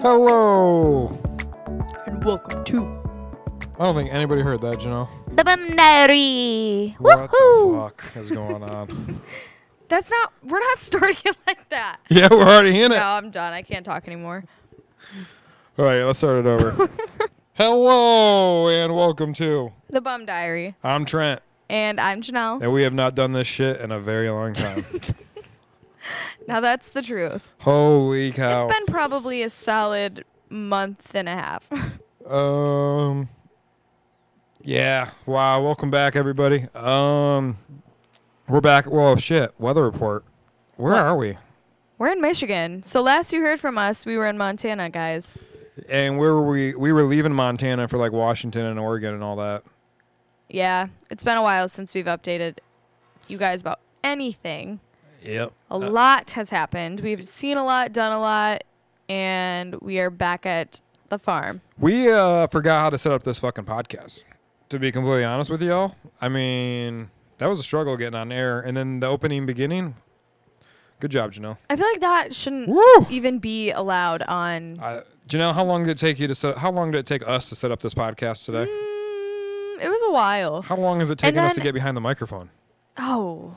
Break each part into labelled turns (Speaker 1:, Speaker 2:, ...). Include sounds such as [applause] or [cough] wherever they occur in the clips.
Speaker 1: Hello.
Speaker 2: And welcome to
Speaker 1: I don't think anybody heard that, you know.
Speaker 3: The Bumnary.
Speaker 1: What the
Speaker 3: Woohoo!
Speaker 1: fuck is going on?
Speaker 2: That's not we're not [laughs] starting it like that.
Speaker 1: [laughs] yeah, we're already in it.
Speaker 2: No, I'm done. I can't talk anymore.
Speaker 1: All right, let's start it
Speaker 2: [laughs]
Speaker 1: over. Hello and welcome to.
Speaker 2: The Bum Diary.
Speaker 1: I'm Trent,
Speaker 2: And I'm Janelle.
Speaker 1: and we have not done this shit in a very long [laughs] time.
Speaker 2: Now that's the truth.
Speaker 1: Holy cow!
Speaker 2: It's been probably a solid month and a half. [laughs]
Speaker 1: um. Yeah. Wow. Welcome back, everybody. Um, we're back. Whoa, shit. Weather report. Where
Speaker 2: What?
Speaker 1: are we?
Speaker 2: we're in Michigan. So last you heard from us, we were in Montana, guys.
Speaker 1: And where were we? We were leaving Montana for like Washington and Oregon and all that.
Speaker 2: Yeah, it's been a while since we've updated you guys about anything.
Speaker 1: Yep.
Speaker 2: A lot has happened. We've seen a lot, done a lot, and we are back at the farm.
Speaker 1: We uh, forgot how to set up this fucking podcast. To be completely honest with y'all, I mean that was a struggle getting on air, and then the opening beginning. Good job, Janelle.
Speaker 2: I feel like that shouldn't
Speaker 1: Woo!
Speaker 2: even be allowed on.
Speaker 1: Uh, Janelle, how long did it take you to set? How long did it take us to set up this podcast today?
Speaker 2: Mm, it was a while.
Speaker 1: How long has it taken us to
Speaker 2: then-
Speaker 1: get behind the microphone?
Speaker 2: Oh,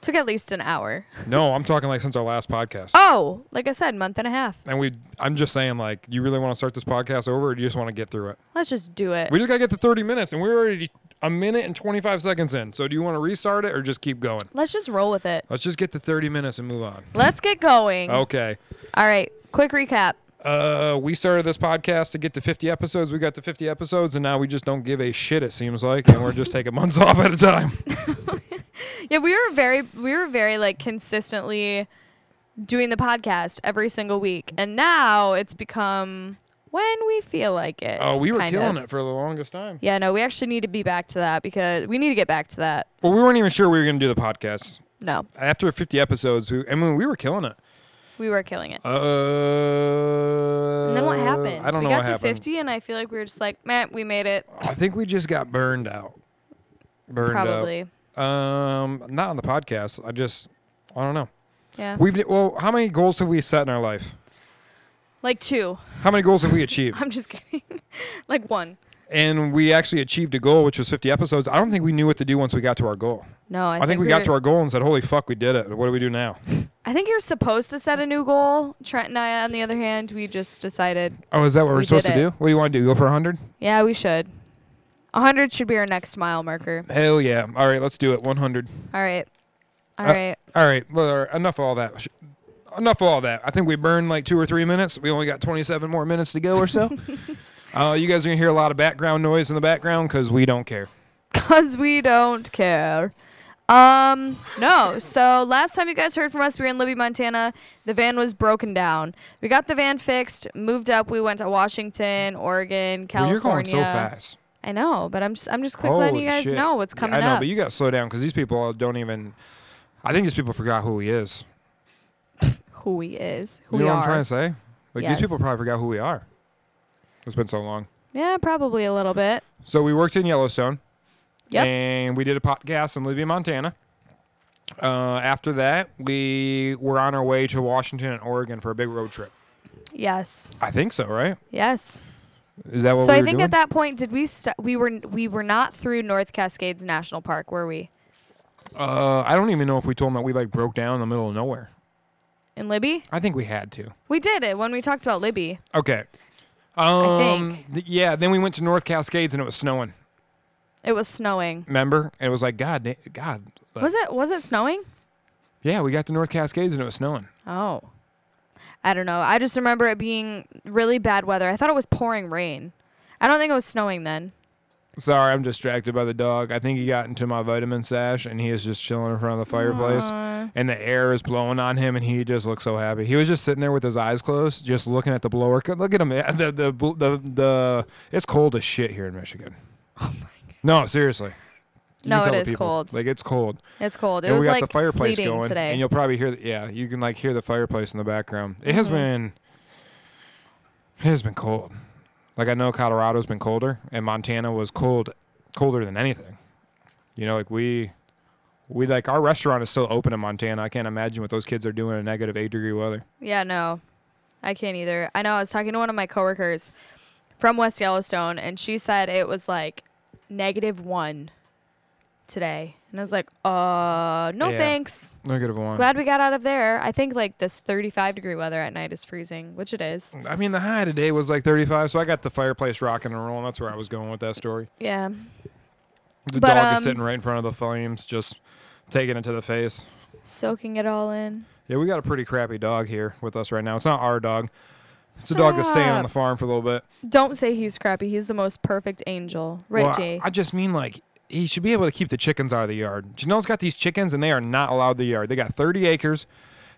Speaker 2: took at least an hour.
Speaker 1: No, I'm talking like since our last podcast.
Speaker 2: Oh, like I said, month and a half.
Speaker 1: And we, I'm just saying, like, you really want to start this podcast over, or do you just want to get through it?
Speaker 2: Let's just do it.
Speaker 1: We just gotta get to 30 minutes, and we're already a minute and 25 seconds in. So, do you want to restart it or just keep going?
Speaker 2: Let's just roll with it.
Speaker 1: Let's just get to 30 minutes and move on.
Speaker 2: Let's get going.
Speaker 1: Okay.
Speaker 2: All right, quick recap.
Speaker 1: Uh, we started this podcast to get to 50 episodes. We got to 50 episodes, and now we just don't give a shit. It seems like, and we're
Speaker 2: [laughs]
Speaker 1: just taking months off at a time.
Speaker 2: Yeah, we were very, we were very like consistently doing the podcast every single week, and now it's become when we feel like it.
Speaker 1: Oh, we were
Speaker 2: kind
Speaker 1: killing
Speaker 2: of.
Speaker 1: it for the longest time.
Speaker 2: Yeah, no, we actually need to be back to that because we need to get back to that.
Speaker 1: Well, we weren't even sure we were gonna do the podcast
Speaker 2: No,
Speaker 1: after 50 episodes. We, I mean, we were killing it.
Speaker 2: we were killing it.
Speaker 1: Uh,
Speaker 2: And then what happened?
Speaker 1: I don't know
Speaker 2: we got
Speaker 1: what
Speaker 2: to
Speaker 1: happened.
Speaker 2: 50, and I feel like we were just like, man, we made it.
Speaker 1: I think we just got burned out. Burned out.
Speaker 2: Probably.
Speaker 1: Um, not on the podcast. I just, I don't know.
Speaker 2: Yeah.
Speaker 1: We've well, how many goals have we set in our life?
Speaker 2: like two. [laughs]
Speaker 1: How many goals have we achieved?
Speaker 2: I'm just kidding. [laughs] like one.
Speaker 1: and we actually achieved a goal, which was 50 episodes. I don't think we knew what to do once we got to our goal.
Speaker 2: No, I,
Speaker 1: I, think, we got to
Speaker 2: were-
Speaker 1: our goal and said, "Holy fuck, we did it! What do we do now?"
Speaker 2: I think you're supposed to set a new goal. Trent and I, on the other hand, we just decided,
Speaker 1: Oh, is that what
Speaker 2: We
Speaker 1: we're
Speaker 2: did
Speaker 1: supposed to
Speaker 2: it.
Speaker 1: do? What do you want to do? Go for 100?
Speaker 2: yeah, we should. 100 should be our next mile marker.
Speaker 1: Hell yeah! All right, let's do it. 100.
Speaker 2: All right. all
Speaker 1: Uh,
Speaker 2: right.
Speaker 1: All right, well, all right, enough of all that. Sh- Enough of all that. I think we burned like two or three minutes. We only got 27 more minutes to go or so.
Speaker 2: [laughs]
Speaker 1: uh, you guys are gonna hear a lot of background noise in the background because we don't care.
Speaker 2: Because we don't care. Um, no. So last time you guys heard from us, we were in Libby, Montana. The van was broken down. We got the van fixed, moved up. We went to Washington, Oregon,
Speaker 1: Well,
Speaker 2: California.
Speaker 1: you're going so fast.
Speaker 2: I know, but I'm just, I'm just quick letting you
Speaker 1: Holy
Speaker 2: guys
Speaker 1: shit.
Speaker 2: know what's
Speaker 1: Yeah,
Speaker 2: coming
Speaker 1: I know,
Speaker 2: up.
Speaker 1: but you got to slow down because these people don't even. I think these people forgot who he is.
Speaker 2: who he is, who
Speaker 1: You
Speaker 2: we
Speaker 1: know
Speaker 2: are.
Speaker 1: what I'm trying to say? Like
Speaker 2: Yes.
Speaker 1: these people probably forgot who we are. It's been so long.
Speaker 2: Yeah, probably a little bit.
Speaker 1: So we worked in Yellowstone.
Speaker 2: Yep.
Speaker 1: And we did a podcast in Libby, Montana. Uh, after that, we were on our way to Washington and Oregon for a big road trip.
Speaker 2: Yes,
Speaker 1: I think so, right?
Speaker 2: yes.
Speaker 1: Is that what
Speaker 2: so
Speaker 1: we
Speaker 2: I
Speaker 1: were
Speaker 2: think
Speaker 1: doing?
Speaker 2: at that point, did we st- we were we were not through North Cascades National Park, were we?
Speaker 1: uh, I don't even know if we told them that we like broke down in the middle of nowhere.
Speaker 2: In Libby,
Speaker 1: I think we had to.
Speaker 2: we did it when we talked about Libby.
Speaker 1: Okay. Um,
Speaker 2: think.
Speaker 1: th- yeah. Then we went to North Cascades and it was snowing.
Speaker 2: It was snowing.
Speaker 1: Remember? And it was like God, da- God. like-
Speaker 2: Was it was it snowing?
Speaker 1: Yeah, we got to North Cascades and it was snowing.
Speaker 2: Oh, I don't know. I just remember it being really bad weather. I thought it was pouring rain. I don't think it was snowing then.
Speaker 1: Sorry, I'm distracted by the dog. I think he got into my vitamin sash and he is just chilling in front of the fireplace.
Speaker 2: Aw.
Speaker 1: And the air is blowing on him, and he just looks so happy. He was just sitting there with his eyes closed, just looking at the blower. Co- Look at him. eh, The the bl- the, the it's cold as shit here in Michigan. Oh my god. No, seriously. You can
Speaker 2: No, it
Speaker 1: tell the
Speaker 2: is
Speaker 1: people.
Speaker 2: cold.
Speaker 1: Like it's cold.
Speaker 2: It's cold. It
Speaker 1: and
Speaker 2: was
Speaker 1: we got
Speaker 2: like
Speaker 1: the fireplace
Speaker 2: sleeting
Speaker 1: going,
Speaker 2: today.
Speaker 1: and you'll probably hear. The, yeah, you can like hear the fireplace in the background. It
Speaker 2: Mm-hmm.
Speaker 1: has been. It has been cold. Like I know Colorado's been colder, and Montana was cold, colder than anything. You know, like we, we like our restaurant is still open in Montana. I can't imagine what those kids are doing in negative eight degree weather.
Speaker 2: Yeah, no. I can't either. I know I was talking to one of my coworkers from West Yellowstone and she said it was like negative 1 today. And I was like, "Uh, no
Speaker 1: Yeah.
Speaker 2: thanks.
Speaker 1: Negative one.
Speaker 2: Glad we got out of there. I think like this 35 degree weather at night is freezing, which it is.
Speaker 1: I mean, the high today was like 35, so I got the fireplace rocking and rolling. That's where I was going with that story.
Speaker 2: Yeah.
Speaker 1: The
Speaker 2: But,
Speaker 1: dog
Speaker 2: um,
Speaker 1: is sitting right in front of the flames, just taking it to the face.
Speaker 2: Soaking it all in.
Speaker 1: Yeah, we got a pretty crappy dog here with us right now. It's not our dog. It's a dog that's staying on the
Speaker 2: Stop.
Speaker 1: farm for a little bit.
Speaker 2: Don't say he's crappy. He's the most perfect angel. Right,
Speaker 1: Well,
Speaker 2: Jay?
Speaker 1: I just mean like he should be able to keep the chickens out of the yard. Janelle's got these chickens and they are not allowed the yard. They got 30 acres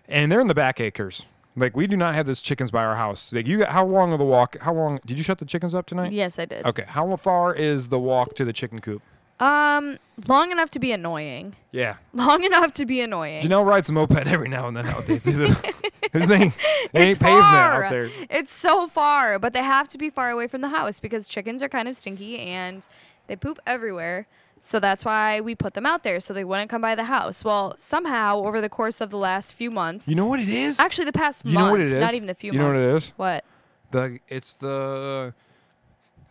Speaker 1: and they're in the back acres. Like we do not have those chickens by our house. Like you got how long of the walk? How long did you shut the chickens up tonight?
Speaker 2: yes, I did.
Speaker 1: Okay, how far is the walk to the chicken coop?
Speaker 2: Um, long enough to be annoying. [laughs]
Speaker 1: Yeah,
Speaker 2: Long enough to be annoying.
Speaker 1: Janelle rides a moped every now and then out there.
Speaker 2: [laughs]
Speaker 1: through the- This ain't, it
Speaker 2: it's
Speaker 1: ain't pavement out there.
Speaker 2: It's so far, but they have to be far away from the house because chickens are kind of stinky and they poop everywhere. So that's why we put them out there so they wouldn't come by the house. Well, somehow over the course of the last few months,
Speaker 1: You know what it is?
Speaker 2: actually the past
Speaker 1: You
Speaker 2: month,
Speaker 1: know what it
Speaker 2: not
Speaker 1: is?
Speaker 2: even the few
Speaker 1: You know what
Speaker 2: months.
Speaker 1: it is?
Speaker 2: What?
Speaker 1: The it's the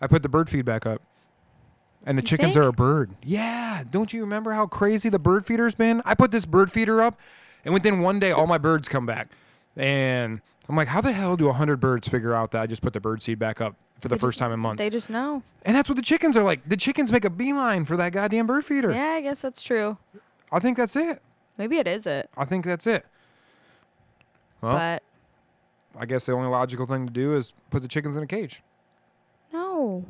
Speaker 1: I put the bird feed back up. And the
Speaker 2: You
Speaker 1: chickens
Speaker 2: think?
Speaker 1: are a bird. Yeah. Don't you remember how crazy the bird feeder's been? I put this bird feeder up and within one day all my birds come back. And I'm like, how the hell do hundred birds figure out that I just put the bird seed back up for the
Speaker 2: They
Speaker 1: first
Speaker 2: just-
Speaker 1: time in months?
Speaker 2: They just know.
Speaker 1: and that's what the chickens are like. The chickens make a beeline for that goddamn bird feeder.
Speaker 2: Yeah, I guess that's true.
Speaker 1: I think that's it.
Speaker 2: Maybe it is it,
Speaker 1: I think that's it. Well,
Speaker 2: but
Speaker 1: I guess the only logical thing to do is put the chickens in a cage.
Speaker 2: no.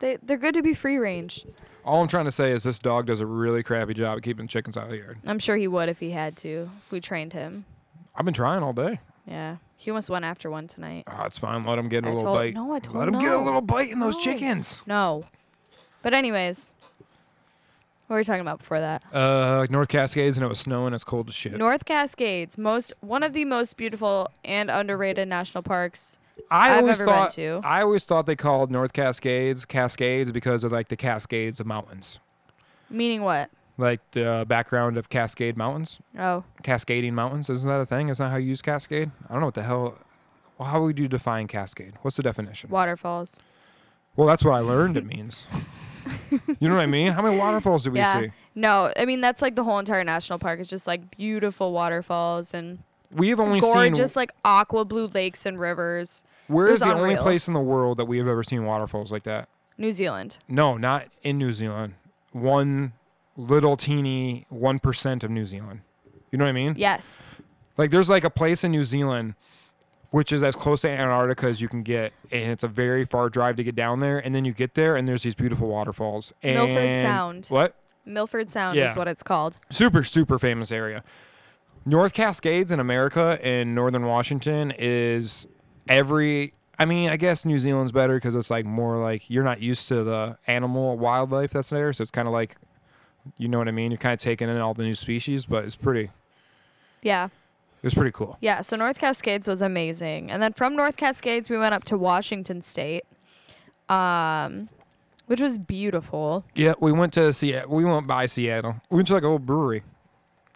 Speaker 2: They they're good to be free range.
Speaker 1: All I'm trying to say is this dog does a really crappy job at keeping chickens out of the yard.
Speaker 2: I'm sure he would if he had to. If we trained him,
Speaker 1: I've been trying all day.
Speaker 2: yeah. He almost went after one tonight.
Speaker 1: Ah, it's fine. Let them get a
Speaker 2: I
Speaker 1: little
Speaker 2: told-
Speaker 1: bite.
Speaker 2: no, I told
Speaker 1: Let them get a
Speaker 2: no.
Speaker 1: little bite in those
Speaker 2: No.
Speaker 1: chickens.
Speaker 2: No. But anyways, what were we talking about before that?
Speaker 1: Uh, North Cascades, and it was snowing. It's cold as shit.
Speaker 2: North Cascades, most one of the most beautiful and underrated national parks.
Speaker 1: I
Speaker 2: I've
Speaker 1: always
Speaker 2: ever been
Speaker 1: thought
Speaker 2: to.
Speaker 1: I always thought they called North Cascades Cascades because of like the Cascades of mountains,
Speaker 2: Meaning what?
Speaker 1: like the background of Cascade Mountains,
Speaker 2: Oh,
Speaker 1: Cascading Mountains. Isn't that a thing? Isn't that how you use Cascade? I don't know what the hell. well, How would you define Cascade? What's the definition?
Speaker 2: waterfalls.
Speaker 1: Well, that's what I learned it
Speaker 2: [laughs]
Speaker 1: means. you know what I mean? How many waterfalls did we
Speaker 2: yeah.
Speaker 1: see?
Speaker 2: No, I mean that's like the whole entire national park. It's just like beautiful waterfalls and
Speaker 1: We have only
Speaker 2: gorgeous
Speaker 1: seen.
Speaker 2: like aqua blue lakes and rivers.
Speaker 1: Where
Speaker 2: it
Speaker 1: is
Speaker 2: was
Speaker 1: the only
Speaker 2: unreal.
Speaker 1: place in the world that we have ever seen waterfalls like that?
Speaker 2: New Zealand.
Speaker 1: No, not in New Zealand. One little teeny one percent of New Zealand. You know what I mean?
Speaker 2: Yes.
Speaker 1: Like there's like a place in New Zealand which is as close to Antarctica as you can get, and it's a very far drive to get down there, and then you get there and there's these beautiful waterfalls. And
Speaker 2: Milford Sound.
Speaker 1: What?
Speaker 2: Milford Sound
Speaker 1: Yeah.
Speaker 2: is what it's called.
Speaker 1: super super famous area north cascades in america and northern washington is every i mean i guess new zealand's better because it's like more like you're not used to the animal wildlife that's there so it's kind of like you know what i mean you're kind of taking in all the new species but it's pretty
Speaker 2: Yeah.
Speaker 1: it's pretty cool
Speaker 2: Yeah, so North Cascades was amazing. And then from North Cascades, we went up to Washington State, um, which was beautiful.
Speaker 1: yeah we went to seattle we went by seattle we went to like a little brewery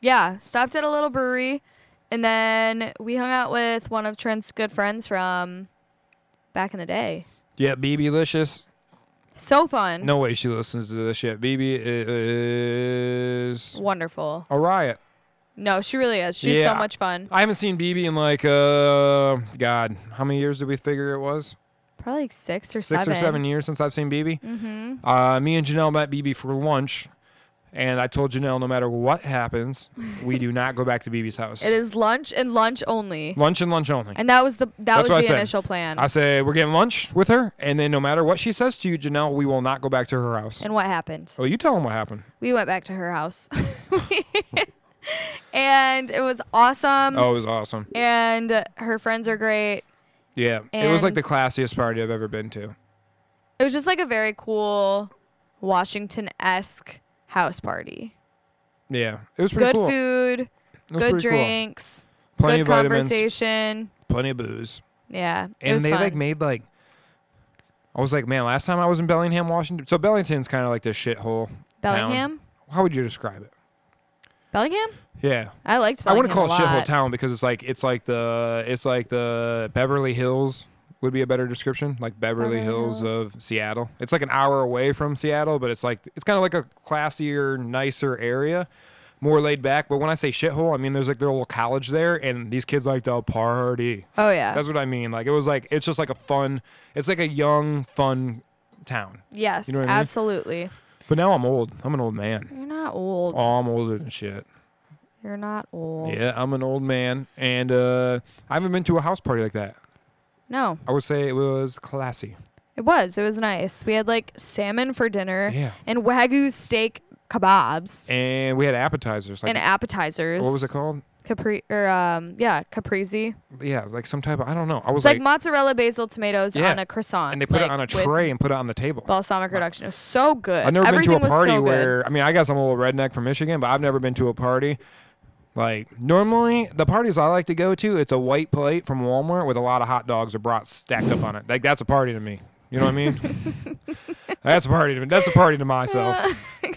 Speaker 2: Yeah, stopped at a little brewery. And then we hung out with one of Trent's good friends from back in the day.
Speaker 1: yeah bb licious
Speaker 2: So fun.
Speaker 1: no way she listens to this shit bb is
Speaker 2: Wonderful.
Speaker 1: a riot
Speaker 2: No, she really is. She's
Speaker 1: Yeah.
Speaker 2: so much fun.
Speaker 1: I haven't seen BB in like uh God, how many years did we figure it was?
Speaker 2: Probably like six or
Speaker 1: Six
Speaker 2: seven.
Speaker 1: or seven years since I've seen BB. Mm-hmm. Uh, me and Janelle met BB for lunch, and I told Janelle no matter what happens, we do not go back to
Speaker 2: [laughs]
Speaker 1: BB's house.
Speaker 2: It is lunch and lunch only.
Speaker 1: lunch and lunch only.
Speaker 2: And that was the that
Speaker 1: That's what I
Speaker 2: was the
Speaker 1: said.
Speaker 2: initial plan.
Speaker 1: I say we're getting lunch with her, and then no matter what she says to you, Janelle, we will not go back to her house.
Speaker 2: and what happened?
Speaker 1: Oh, you tell them what happened.
Speaker 2: we went back to her house [laughs] and it was awesome
Speaker 1: Oh, it was awesome.
Speaker 2: and her friends are great
Speaker 1: Yeah, it was like the
Speaker 2: And-
Speaker 1: classiest party I've ever been to.
Speaker 2: it was just like a very cool washington-esque house party
Speaker 1: Yeah, it was pretty
Speaker 2: good
Speaker 1: cool. It
Speaker 2: food
Speaker 1: was
Speaker 2: good
Speaker 1: pretty cool.
Speaker 2: drinks
Speaker 1: plenty
Speaker 2: good
Speaker 1: of vitamins,
Speaker 2: conversation
Speaker 1: plenty of booze.
Speaker 2: yeah it
Speaker 1: and
Speaker 2: was
Speaker 1: they
Speaker 2: fun.
Speaker 1: like made like I was like, man, last time I was in Bellingham, Washington. So Bellington's kind of like this shithole. town.
Speaker 2: bellingham
Speaker 1: How would you describe it?
Speaker 2: Bellingham?
Speaker 1: Yeah.
Speaker 2: I liked
Speaker 1: I
Speaker 2: Bellingham.
Speaker 1: wouldn't call it
Speaker 2: a lot.
Speaker 1: shithole town because it's like it's like the it's like the Beverly Hills would be a better description, like Beverly,
Speaker 2: Beverly
Speaker 1: Hills,
Speaker 2: Hills.
Speaker 1: of Seattle. It's like an hour away from Seattle, but it's like it's kind of like a classier, nicer area, more laid back. But when I say shithole, I mean there's like their little college there, and these kids like to party.
Speaker 2: Oh, yeah.
Speaker 1: That's what I mean. Like it was like it's just like a fun. It's like a young, fun town.
Speaker 2: yes,
Speaker 1: you know what I mean?
Speaker 2: absolutely.
Speaker 1: But now I'm old. I'm an old man.
Speaker 2: You're not old.
Speaker 1: Oh, I'm older than shit.
Speaker 2: You're not old.
Speaker 1: Yeah, I'm an old man, and uh, I haven't been to a house party like that.
Speaker 2: No,
Speaker 1: I would say it was classy.
Speaker 2: it was. It was nice. We had like salmon for dinner
Speaker 1: Yeah,
Speaker 2: and Wagyu steak kebabs
Speaker 1: and we had appetizers. Like,
Speaker 2: and appetizers.
Speaker 1: what was it called?
Speaker 2: Capri or um yeah, caprese.
Speaker 1: Yeah, like some type of I don't know. I
Speaker 2: It's
Speaker 1: was
Speaker 2: like,
Speaker 1: like,
Speaker 2: mozzarella, basil, tomatoes
Speaker 1: Yeah.
Speaker 2: on a croissant.
Speaker 1: and they put
Speaker 2: like,
Speaker 1: it on a
Speaker 2: with
Speaker 1: tray and put it on the table.
Speaker 2: Balsamic reduction. It was so good.
Speaker 1: I've never
Speaker 2: Everything
Speaker 1: been to a
Speaker 2: was
Speaker 1: party
Speaker 2: so good.
Speaker 1: where I mean, I guess I'm a little redneck from Michigan, but I've never been to a party. Like normally, the parties I like to go to, it's a white plate from Walmart with a lot of hot dogs or brats stacked up on it. Like that's a party to me. You know what I mean?
Speaker 2: [laughs]
Speaker 1: that's a party to me. That's a party to myself.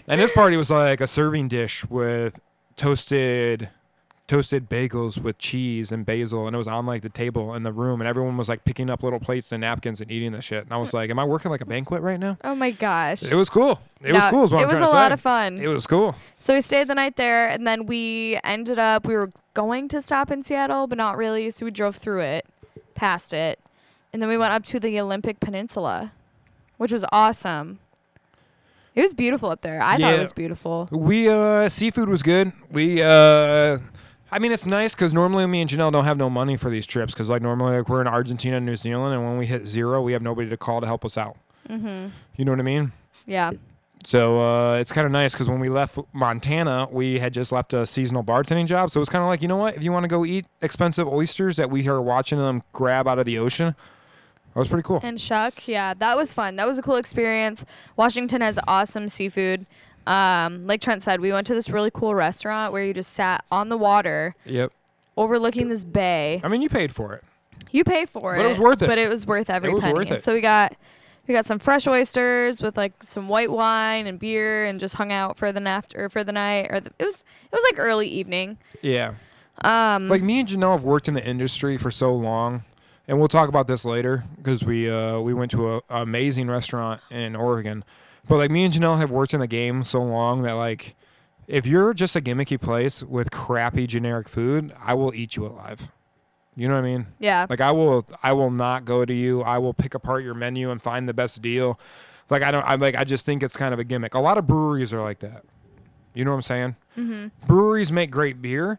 Speaker 1: and this party was like a serving dish with toasted toasted bagels with cheese and basil and it was on like the table in the room and everyone was like picking up little plates and napkins and eating this shit and i
Speaker 2: Uh,
Speaker 1: was like am i working like a banquet right now
Speaker 2: Oh my gosh.
Speaker 1: it was cool. It was
Speaker 2: No,
Speaker 1: cool. Is what
Speaker 2: it
Speaker 1: I'm
Speaker 2: was
Speaker 1: trying
Speaker 2: a
Speaker 1: to
Speaker 2: lot
Speaker 1: say.
Speaker 2: of fun.
Speaker 1: It was cool.
Speaker 2: So we stayed the night there, and then we ended up. We were going to stop in Seattle, but not really. So we drove through it, past it, and then we went up to the Olympic Peninsula, which was awesome. It was beautiful up there. I thought
Speaker 1: Yeah.
Speaker 2: it was beautiful.
Speaker 1: We uh, seafood was good. We uh, I mean it's nice because normally me and Janelle don't have no money for these trips because like normally like we're in Argentina and New Zealand and when we hit zero we have nobody to call to help us out.
Speaker 2: Mm-hmm.
Speaker 1: You know what I mean?
Speaker 2: Yeah.
Speaker 1: So uh, it's kind of nice because when we left Montana, we had just left a seasonal bartending job. So it was kind of like, you know what? If you want to go eat expensive oysters that we are watching them grab out of the ocean, that was pretty cool.
Speaker 2: And Shuck, yeah, that was fun. That was a cool experience. Washington has awesome seafood. Um, like Trent said, we went to this really cool restaurant where you just sat on the water
Speaker 1: Yep.
Speaker 2: overlooking this bay.
Speaker 1: I mean, you paid for it.
Speaker 2: You pay for it.
Speaker 1: But it was worth it.
Speaker 2: But it was worth every
Speaker 1: was
Speaker 2: penny.
Speaker 1: worth it.
Speaker 2: So we got we got some fresh oysters with like some white wine and beer and just hung out for the naft or for the night or the, it was it was like early evening.
Speaker 1: Yeah.
Speaker 2: Um
Speaker 1: like me and Janelle have worked in the industry for so long, and we'll talk about this later because we uh, we went to a, a amazing restaurant in Oregon. But like me and Janelle have worked in the game so long that like if you're just a gimmicky place with crappy generic food, I will eat you alive. You know what I mean?
Speaker 2: yeah.
Speaker 1: Like I will I will not go to you. I will pick apart your menu and find the best deal. Like I don't I like I just think it's kind of a gimmick. A lot of breweries are like that. You know what I'm saying? Mm-hmm. Breweries make great beer,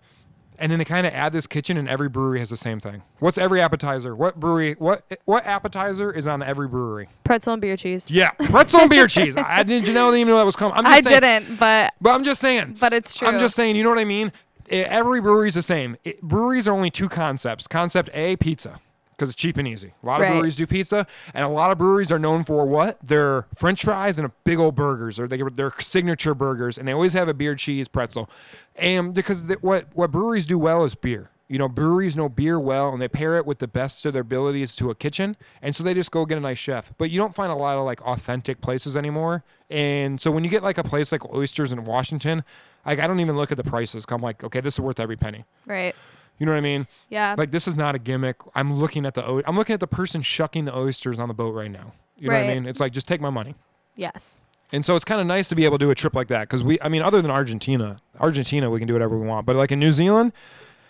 Speaker 1: and then they kind of add this kitchen, and every brewery has the same thing. What's every appetizer? What brewery? What what appetizer is on every brewery?
Speaker 2: pretzel and beer cheese.
Speaker 1: Yeah, pretzel and beer cheese. I didn't. Janelle didn't even know that was coming. I'm just
Speaker 2: I
Speaker 1: saying,
Speaker 2: didn't, but
Speaker 1: But I'm just saying.
Speaker 2: but it's true.
Speaker 1: I'm just saying. You know what I mean? I- every brewery's the same. It, breweries are only two concepts. Concept A, pizza, because it's cheap and easy. A lot of
Speaker 2: Right.
Speaker 1: breweries do pizza, and a lot of breweries are known for what? Their French fries and a big old burgers, or they, their signature burgers, and they always have a beer, cheese, pretzel, and because th- what what breweries do well is beer. You know, breweries know beer well, and they pair it with the best of their abilities to a kitchen, and so they just go get a nice chef. But you don't find a lot of like authentic places anymore, and so when you get like a place like Oysters in Washington, like I don't even look at the prices. 'cause I'm like, okay, this is worth every penny.
Speaker 2: right.
Speaker 1: You know what I mean?
Speaker 2: Yeah.
Speaker 1: Like this is not a gimmick. I'm looking at the o- I'm looking at the person shucking the oysters on the boat right now. You know what I
Speaker 2: Right.
Speaker 1: mean? It's like just take my money.
Speaker 2: yes.
Speaker 1: And so it's kind of nice to be able to do a trip like that because we, I mean, other than Argentina, Argentina, we can do whatever we want. But like in New Zealand,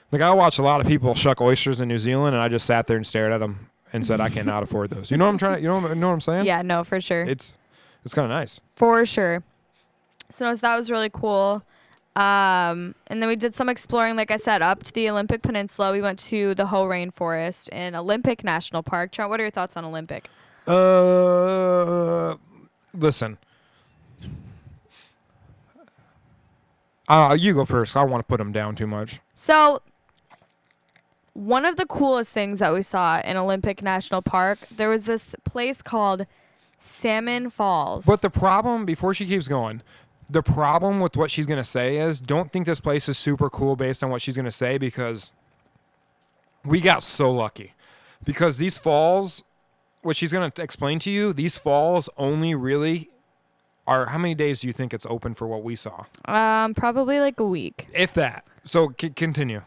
Speaker 1: like I watched a lot of people shuck oysters in New Zealand, and I just sat there and stared at them and said, I cannot afford those. You know what I'm trying? You know, what- know what I'm saying?
Speaker 2: Yeah, no, for sure.
Speaker 1: It's it's kind of nice.
Speaker 2: For sure. So, no, so that was really cool. Um, and then we did some exploring, like I said, up to the Olympic Peninsula. We went to the Ho Rainforest in Olympic National Park. Trent, what are your thoughts on Olympic?
Speaker 1: Uh, listen. Uh, you go first. I don't want to put them down too much.
Speaker 2: So, one of the coolest things that we saw in Olympic National Park, there was this place called Salmon Falls.
Speaker 1: But the problem, before she keeps going, the problem with what she's gonna say is, don't think this place is super cool based on what she's gonna say because we got so lucky. Because these falls, what she's gonna explain to you, these falls only really are how many days do you think it's open for what we saw?
Speaker 2: Um, probably like a week.
Speaker 1: If that. So c- continue.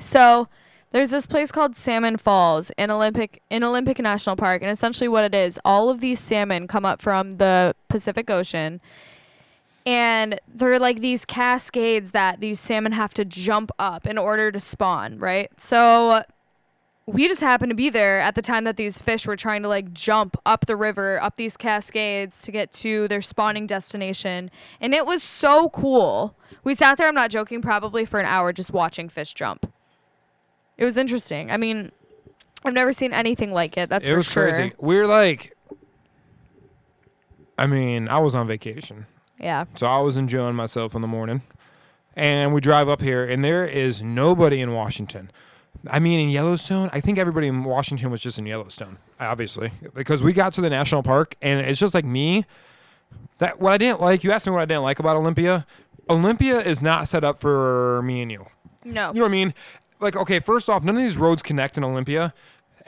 Speaker 2: So there's this place called Salmon Falls in Olympic in Olympic National Park, and essentially what it is, all of these salmon come up from the Pacific Ocean. And they're like these cascades that these salmon have to jump up in order to spawn, right? So we just happened to be there at the time that these fish were trying to like jump up the river, up these cascades to get to their spawning destination. And it was so cool. We sat there, I'm not joking, probably for an hour just watching fish jump. It was interesting. I mean, I've never seen anything like it. That's
Speaker 1: it
Speaker 2: for
Speaker 1: was
Speaker 2: sure.
Speaker 1: crazy. We're like I mean, I was on vacation.
Speaker 2: Yeah.
Speaker 1: So I was enjoying myself in the morning. And we drive up here and there is nobody in Washington. I mean in Yellowstone, I think everybody in Washington was just in Yellowstone, obviously. Because we got to the national park and it's just like me. That what I didn't like, you asked me what I didn't like about Olympia. Olympia is not set up for me and you.
Speaker 2: No.
Speaker 1: You know what I mean? Like, okay, first off, none of these roads connect in Olympia.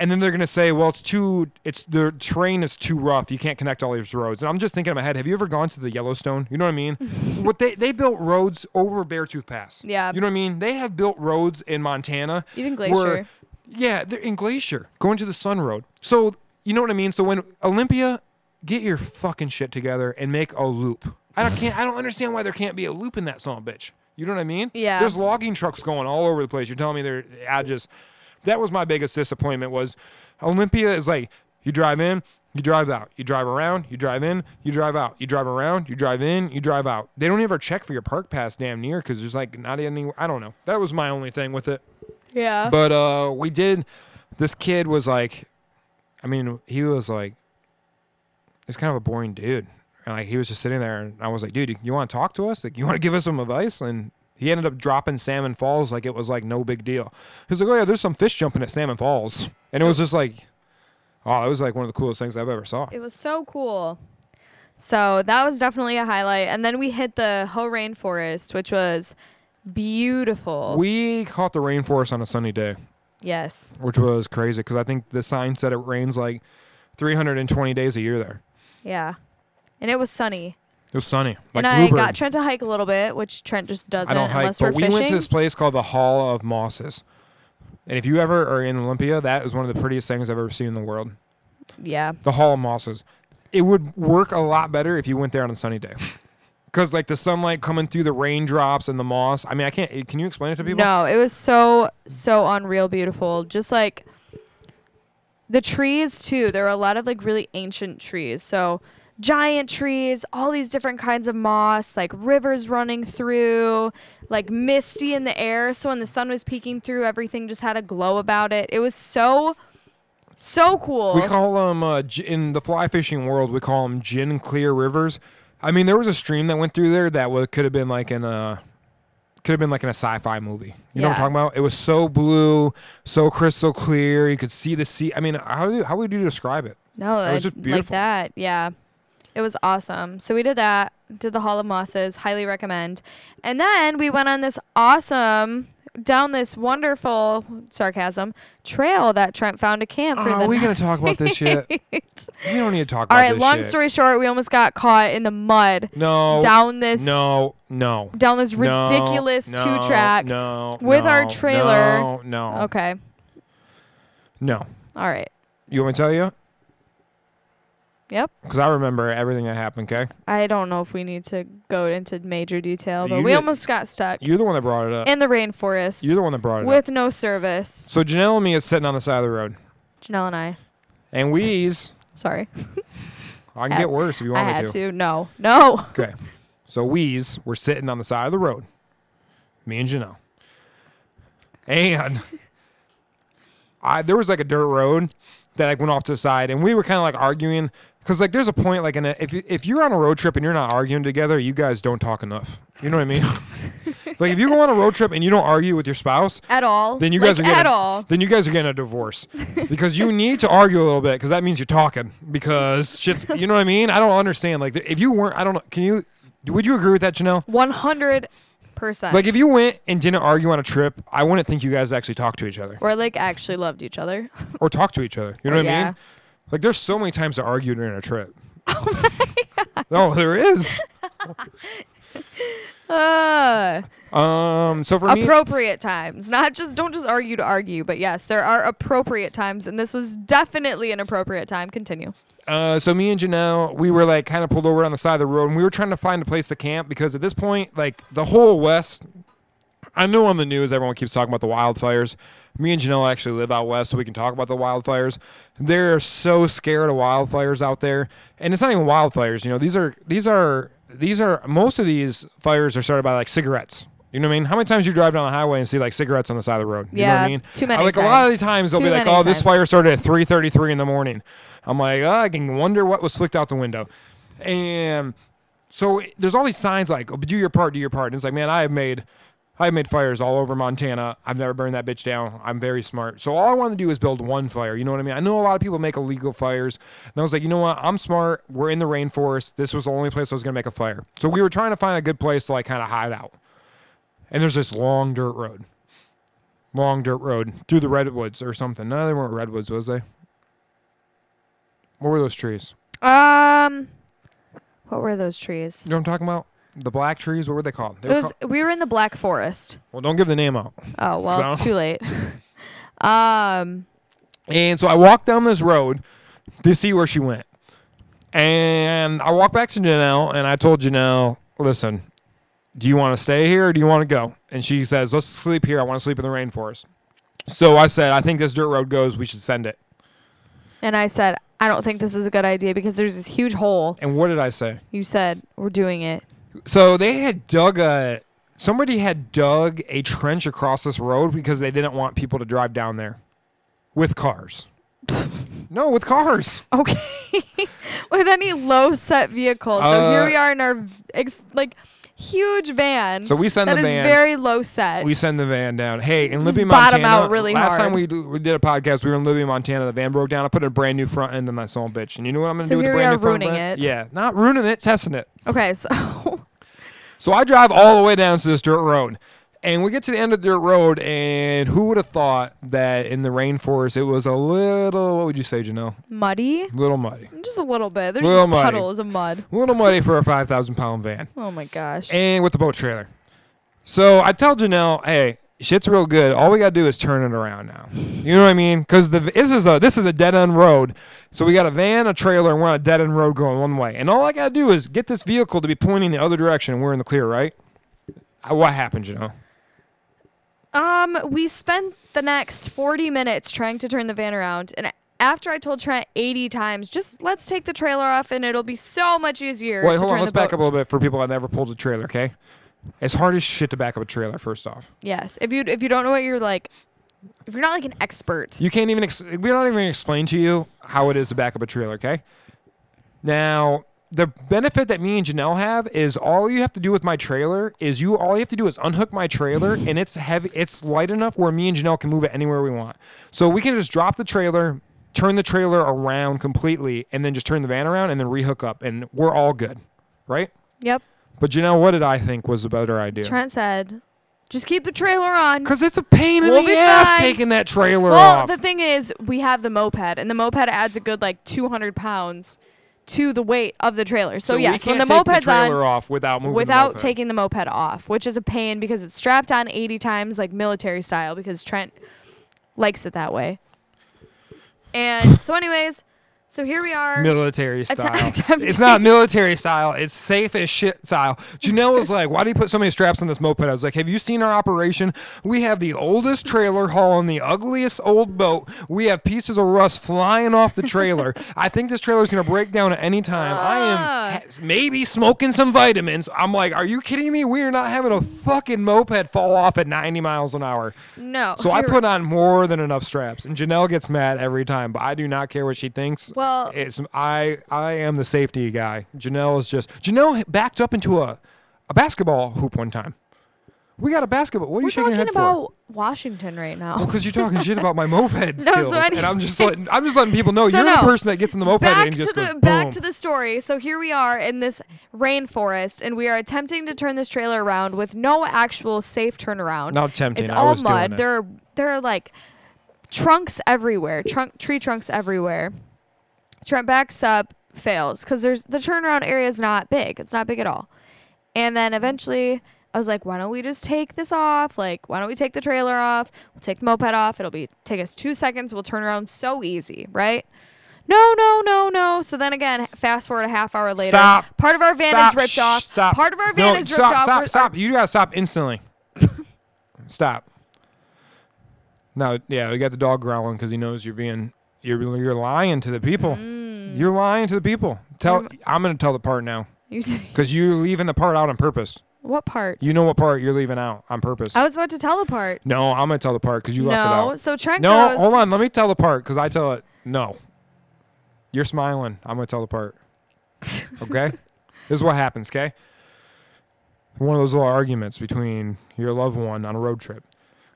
Speaker 1: And then they're gonna say, well, it's too, it's the terrain is too rough. You can't connect all these roads. And I'm just thinking in my head, have you ever gone to the Yellowstone? You know what I
Speaker 2: [laughs]
Speaker 1: mean? what they they built roads over Beartooth Pass.
Speaker 2: Yeah.
Speaker 1: You know what I mean? They have built roads in Montana.
Speaker 2: Even
Speaker 1: where-
Speaker 2: Glacier.
Speaker 1: yeah, they're in Glacier, going to the Sun Road. So you know what I mean. So when Olympia, get your fucking shit together and make a loop. I don't can't. I don't understand why there can't be a loop in that song, bitch. You know what I mean?
Speaker 2: Yeah.
Speaker 1: There's logging trucks going all over the place. You're telling me they're. I just. That was my biggest disappointment. Was Olympia is like you drive in, you drive out, you drive around, you drive in, you drive out, you drive around, you drive in, you drive out. They don't ever check for your park pass damn near because there's like not any. I don't know. That was my only thing with it.
Speaker 2: Yeah.
Speaker 1: But uh, we did. This kid was like, I mean, he was like, he's kind of a boring dude. And like he was just sitting there, and I was like, dude, you, want to talk to us? Like, you want to give us some advice? And he ended up dropping Salmon Falls like it was like no big deal. He's like, oh yeah, there's some fish jumping at Salmon Falls, and it was just like, oh, it was like one of the coolest things I've ever saw.
Speaker 2: It was so cool. So that was definitely a highlight. And then we hit the Ho Rainforest, which was beautiful.
Speaker 1: We caught the rainforest on a sunny day.
Speaker 2: yes.
Speaker 1: which was crazy because I think the sign said it rains like 320 days a year there.
Speaker 2: Yeah. And it was sunny.
Speaker 1: It was sunny, like
Speaker 2: and I
Speaker 1: bluebird.
Speaker 2: got Trent to hike a little bit, which Trent just doesn't
Speaker 1: I don't hike,
Speaker 2: unless
Speaker 1: but
Speaker 2: we're
Speaker 1: we
Speaker 2: fishing.
Speaker 1: went to this place called the Hall of Mosses. And if you ever are in Olympia, that is one of the prettiest things I've ever seen in the world.
Speaker 2: yeah.
Speaker 1: The Hall of Mosses. It would work a lot better if you went there on a sunny day. [laughs] Because, like, the sunlight coming through the raindrops and the moss. I mean, I can't. Can you explain it to people?
Speaker 2: No, it was so so unreal beautiful. Just like the trees too. There were a lot of like really ancient trees. So giant trees, all these different kinds of moss, like rivers running through, like misty in the air. So when the sun was peeking through, everything just had a glow about it. It was so so cool.
Speaker 1: We call them uh, j- in the fly fishing world. We call them gin clear rivers. I mean, there was a stream that went through there that was, could have been like in a could have been like in a sci-fi movie. You know what I'm
Speaker 2: Yeah.
Speaker 1: talking about? It was so blue, so crystal clear. You could see the sea. I mean, how do you, how would you describe it?
Speaker 2: No,
Speaker 1: That was
Speaker 2: I-
Speaker 1: just
Speaker 2: like
Speaker 1: beautiful.
Speaker 2: that. Yeah. It was awesome. So we did that, did the Hall of Mosses, highly recommend. And then we went on this awesome, down this wonderful, sarcasm, trail that Trent found a camp for
Speaker 1: Oh,
Speaker 2: the
Speaker 1: are we gonna talk about this shit?
Speaker 2: [laughs] night.
Speaker 1: We don't need to talk about
Speaker 2: All right,
Speaker 1: this
Speaker 2: long
Speaker 1: shit.
Speaker 2: story short, we almost got caught in the mud
Speaker 1: No.
Speaker 2: down this
Speaker 1: No. No.
Speaker 2: down this
Speaker 1: no,
Speaker 2: ridiculous
Speaker 1: no,
Speaker 2: two-track.
Speaker 1: No.
Speaker 2: with our
Speaker 1: no,
Speaker 2: trailer.
Speaker 1: No. No.
Speaker 2: Okay.
Speaker 1: No.
Speaker 2: All right.
Speaker 1: You want me to tell you?
Speaker 2: Yep.
Speaker 1: Because I remember everything that happened. Okay.
Speaker 2: I don't know if we need to go into major detail, but
Speaker 1: You
Speaker 2: we
Speaker 1: did-
Speaker 2: almost got stuck
Speaker 1: You're the one that brought it up.
Speaker 2: in the rainforest
Speaker 1: You're the one that brought it up.
Speaker 2: with no service.
Speaker 1: So Janelle and me is sitting on the side of the road,
Speaker 2: Janelle and I.
Speaker 1: and we's.
Speaker 2: Sorry.
Speaker 1: I can
Speaker 2: I-
Speaker 1: get worse if you
Speaker 2: I
Speaker 1: want me
Speaker 2: had to. No. No.
Speaker 1: Okay. So we's were sitting on the side of the road, me and Janelle, and I there was like a dirt road that like went off to the side, and we were kind of like arguing because like there's a point like in a, if you- if you're on a road trip and you're not arguing together, you guys don't talk enough. You know what I mean? [laughs] like if you go on a road trip and you don't argue with your spouse,
Speaker 2: At all.
Speaker 1: Then you
Speaker 2: Like,
Speaker 1: guys are getting
Speaker 2: at
Speaker 1: a-
Speaker 2: all.
Speaker 1: then you guys are getting a divorce because you need to argue a little bit because that means you're talking because shit's you know what I mean. I don't understand. Like if you weren't, I don't know. Can you? Would you agree with that, Janelle?
Speaker 2: One hundred percent.
Speaker 1: Like if you went and didn't argue on a trip, I wouldn't think you guys actually talked to each other
Speaker 2: or like actually loved each other.
Speaker 1: or talked to each other. You know what I
Speaker 2: Yeah. [laughs]
Speaker 1: mean? Like there's so many times to argue during a trip. oh, there is.
Speaker 2: Uh,
Speaker 1: Um, so for me,
Speaker 2: appropriate times, not just don't just argue to argue, but yes, there are appropriate times, and this was definitely an appropriate time. Continue.
Speaker 1: uh, so me and Janelle, we were like kind of pulled over on the side of the road, and we were trying to find a place to camp because at this point, like the whole West, I know on the news everyone keeps talking about the wildfires. Me and Janelle actually live out west, so we can talk about the wildfires. They're so scared of wildfires out there, and it's not even wildfires. You know, these are these are these are most of these fires are started by like cigarettes. You know what I mean? How many times you drive down the highway and see like cigarettes on the side of the road? You know what
Speaker 2: Yeah,
Speaker 1: I mean?
Speaker 2: too many
Speaker 1: Like a lot of the
Speaker 2: times.
Speaker 1: times they'll
Speaker 2: Too
Speaker 1: be like,
Speaker 2: many
Speaker 1: "Oh, this
Speaker 2: times.
Speaker 1: fire started at 3:33 in the morning." I'm like, oh, "I can wonder what was flicked out the window," and so it- there's all these signs like, oh, do your part, do your part. And it's like, man, I have made, I have made fires all over Montana. I've never burned that bitch down. I'm very smart. So all I wanted to do is build one fire. You know what I mean? I know a lot of people make illegal fires, and I was like, you know what? I'm smart. We're in the rainforest. This was the only place I was gonna make a fire. So we were trying to find a good place to like kind of hide out. And there's this long dirt road, long dirt road through the redwoods or something. No, they weren't redwoods, was they? What were those trees?
Speaker 2: Um, what were those trees?
Speaker 1: You know what I'm talking about? The black trees. What were they called? They
Speaker 2: It
Speaker 1: were
Speaker 2: was
Speaker 1: called-
Speaker 2: we were in the Black Forest.
Speaker 1: well, don't give the name out.
Speaker 2: Oh well, it's
Speaker 1: So- [laughs]
Speaker 2: too late. um,
Speaker 1: And so I walked down this road to see where she went. And I walked back to Janelle and I told Janelle, listen, do you want to stay here or do you want to go? And she says, let's sleep here. I want to sleep in the rainforest. So I said, I think this dirt road goes. We should send it.
Speaker 2: and I said I don't think this is a good idea because there's this huge hole.
Speaker 1: And what did I say?
Speaker 2: You said we're doing it.
Speaker 1: So they had dug a. Somebody had dug a trench across this road because they didn't want people to drive down there with cars. [laughs] no, with cars.
Speaker 2: Okay. With any low set vehicle. So here
Speaker 1: Uh,
Speaker 2: we are in our ex- like huge van.
Speaker 1: So we send
Speaker 2: that
Speaker 1: the
Speaker 2: is
Speaker 1: van.
Speaker 2: very low set.
Speaker 1: We send the van down. Hey, in
Speaker 2: Uh, Just
Speaker 1: Libby,
Speaker 2: bottom
Speaker 1: Montana.
Speaker 2: out really
Speaker 1: last
Speaker 2: hard.
Speaker 1: time we, d- we did a podcast, we were in Libby, Montana. The van broke down. I put a brand new front end on that son of a bitch. And you know what I'm gonna
Speaker 2: So
Speaker 1: do with
Speaker 2: here
Speaker 1: the
Speaker 2: we
Speaker 1: brand
Speaker 2: are
Speaker 1: new front
Speaker 2: ruining
Speaker 1: end?
Speaker 2: it.
Speaker 1: Yeah, not ruining it, testing it.
Speaker 2: okay, so [laughs]
Speaker 1: So I drive all the way down to this dirt road. And we get to the end of dirt road, and who would have thought that in the rainforest it was a little, what would you say, Janelle?
Speaker 2: muddy.
Speaker 1: Little muddy.
Speaker 2: Just a little bit. There's
Speaker 1: Little
Speaker 2: just
Speaker 1: muddy.
Speaker 2: puddles of mud.
Speaker 1: Little muddy for a 5,000 pound van.
Speaker 2: Oh my gosh.
Speaker 1: and with the boat trailer. So I tell Janelle, hey, shit's real good. All we gotta do is turn it around now. You know what I mean? Because the this is a this is a dead end road. So we got a van, a trailer, and we're on a dead end road going one way. And all I gotta do is get this vehicle to be pointing the other direction. and We're in the clear, right? Uh, What happened, Janelle?
Speaker 2: um, we spent the next 40 minutes trying to turn the van around and after I told Trent 80 times, just let's take the trailer off and it'll be so much easier.
Speaker 1: Wait,
Speaker 2: to
Speaker 1: hold on.
Speaker 2: turn
Speaker 1: Let's
Speaker 2: the
Speaker 1: back up
Speaker 2: boat.
Speaker 1: a little bit for people that never pulled a trailer. Okay, it's hard as shit to back up a trailer. First off,
Speaker 2: Yes. If you if you don't know what you're like, if you're not like an expert,
Speaker 1: You can't even. Ex- we're not even gonna explain to you how it is to back up a trailer. Okay. Now the benefit that me and Janelle have is all you have to do with my trailer is you all you have to do is unhook my trailer and it's heavy. It's light enough where me and Janelle can move it anywhere we want. So we can just drop the trailer, turn the trailer around completely, and then just turn the van around and then rehook up, and we're all good, right?
Speaker 2: yep.
Speaker 1: But Janelle, what did I think was the better idea?
Speaker 2: Trent said, just keep the trailer on.
Speaker 1: Because it's a pain in
Speaker 2: We'll
Speaker 1: the
Speaker 2: be
Speaker 1: ass
Speaker 2: fine.
Speaker 1: taking that trailer
Speaker 2: Well,
Speaker 1: off.
Speaker 2: the thing is, we have the moped, and the moped adds a good like 200 pounds to the weight of the trailer. So,
Speaker 1: we
Speaker 2: yes, when the
Speaker 1: can't take
Speaker 2: moped's
Speaker 1: the trailer
Speaker 2: on,
Speaker 1: off without moving the
Speaker 2: without
Speaker 1: moped.
Speaker 2: taking the moped off, which is a pain because it's strapped on 80 times like military style because Trent likes it that way. And so, anyways, so here we are.
Speaker 1: military
Speaker 2: Att- [laughs]
Speaker 1: style.
Speaker 2: attempting-
Speaker 1: it's not military style. It's safe as shit style. Janelle was like, "Why do you put so many straps on this moped?" I was like, "Have you seen our operation? We have the oldest trailer hauling the ugliest old boat. We have pieces of rust flying off the trailer. I think this trailer is gonna break down at any time.
Speaker 2: Ah.
Speaker 1: I am ha- maybe smoking some vitamins. I'm like, are you kidding me? We are not having a fucking moped fall off at 90 miles an hour."
Speaker 2: no.
Speaker 1: So I
Speaker 2: here-
Speaker 1: put on more than enough straps, and Janelle gets mad every time. But I do not care what she thinks.
Speaker 2: Well-
Speaker 1: it's I I am the safety guy. Janelle is just Janelle backed up into a a basketball hoop one time. We got a basketball. What are
Speaker 2: We're
Speaker 1: you shaking
Speaker 2: talking
Speaker 1: your head for?
Speaker 2: about Washington right now.
Speaker 1: Because you're talking shit about my
Speaker 2: [laughs]
Speaker 1: moped skills,
Speaker 2: so
Speaker 1: and I'm just letting I'm just letting people know
Speaker 2: So
Speaker 1: you're the
Speaker 2: no.
Speaker 1: person that gets in the moped
Speaker 2: back
Speaker 1: and
Speaker 2: to
Speaker 1: just
Speaker 2: the
Speaker 1: goes
Speaker 2: back
Speaker 1: boom.
Speaker 2: to the story. So here we are in this rainforest, and we are attempting to turn this trailer around with no actual safe turnaround.
Speaker 1: Not tempting,
Speaker 2: It's
Speaker 1: I
Speaker 2: all
Speaker 1: was doing
Speaker 2: mud.
Speaker 1: it.
Speaker 2: There are there are like trunks everywhere, trunk tree trunks everywhere. Trent backs up fails because there's the turnaround area is not big. It's not big at all. And then eventually I was like, why don't we just take this off? Like, why don't we take the trailer off? We'll take the moped off. It'll be take us two seconds. We'll turn around so easy, right? No, no, no, no. So then again, fast forward a half hour later.
Speaker 1: Stop.
Speaker 2: Part of our van
Speaker 1: stop,
Speaker 2: is ripped
Speaker 1: shh,
Speaker 2: off.
Speaker 1: Stop.
Speaker 2: Part of our van
Speaker 1: no,
Speaker 2: is ripped
Speaker 1: stop,
Speaker 2: off.
Speaker 1: Stop,
Speaker 2: We're-
Speaker 1: stop. You gotta stop instantly. [laughs] stop. No, yeah, we got the dog growling because he knows you're being you're you're lying to the people.
Speaker 2: Mm.
Speaker 1: You're lying to the people. Tell
Speaker 2: Rem-
Speaker 1: I'm gonna tell the part now
Speaker 2: [laughs] You see-
Speaker 1: because you're leaving the part out on purpose.
Speaker 2: what part?
Speaker 1: You know what part you're leaving out on purpose.
Speaker 2: I was about to tell the part.
Speaker 1: no, I'm gonna tell the part because you left it
Speaker 2: Oh. No.
Speaker 1: out.
Speaker 2: So Trent
Speaker 1: No,
Speaker 2: goes.
Speaker 1: hold on. Let me tell the part because I tell it. No, you're smiling. I'm gonna tell the
Speaker 2: [laughs]
Speaker 1: part. Okay, this is what happens. Okay, one of those little arguments between your loved one on a road trip.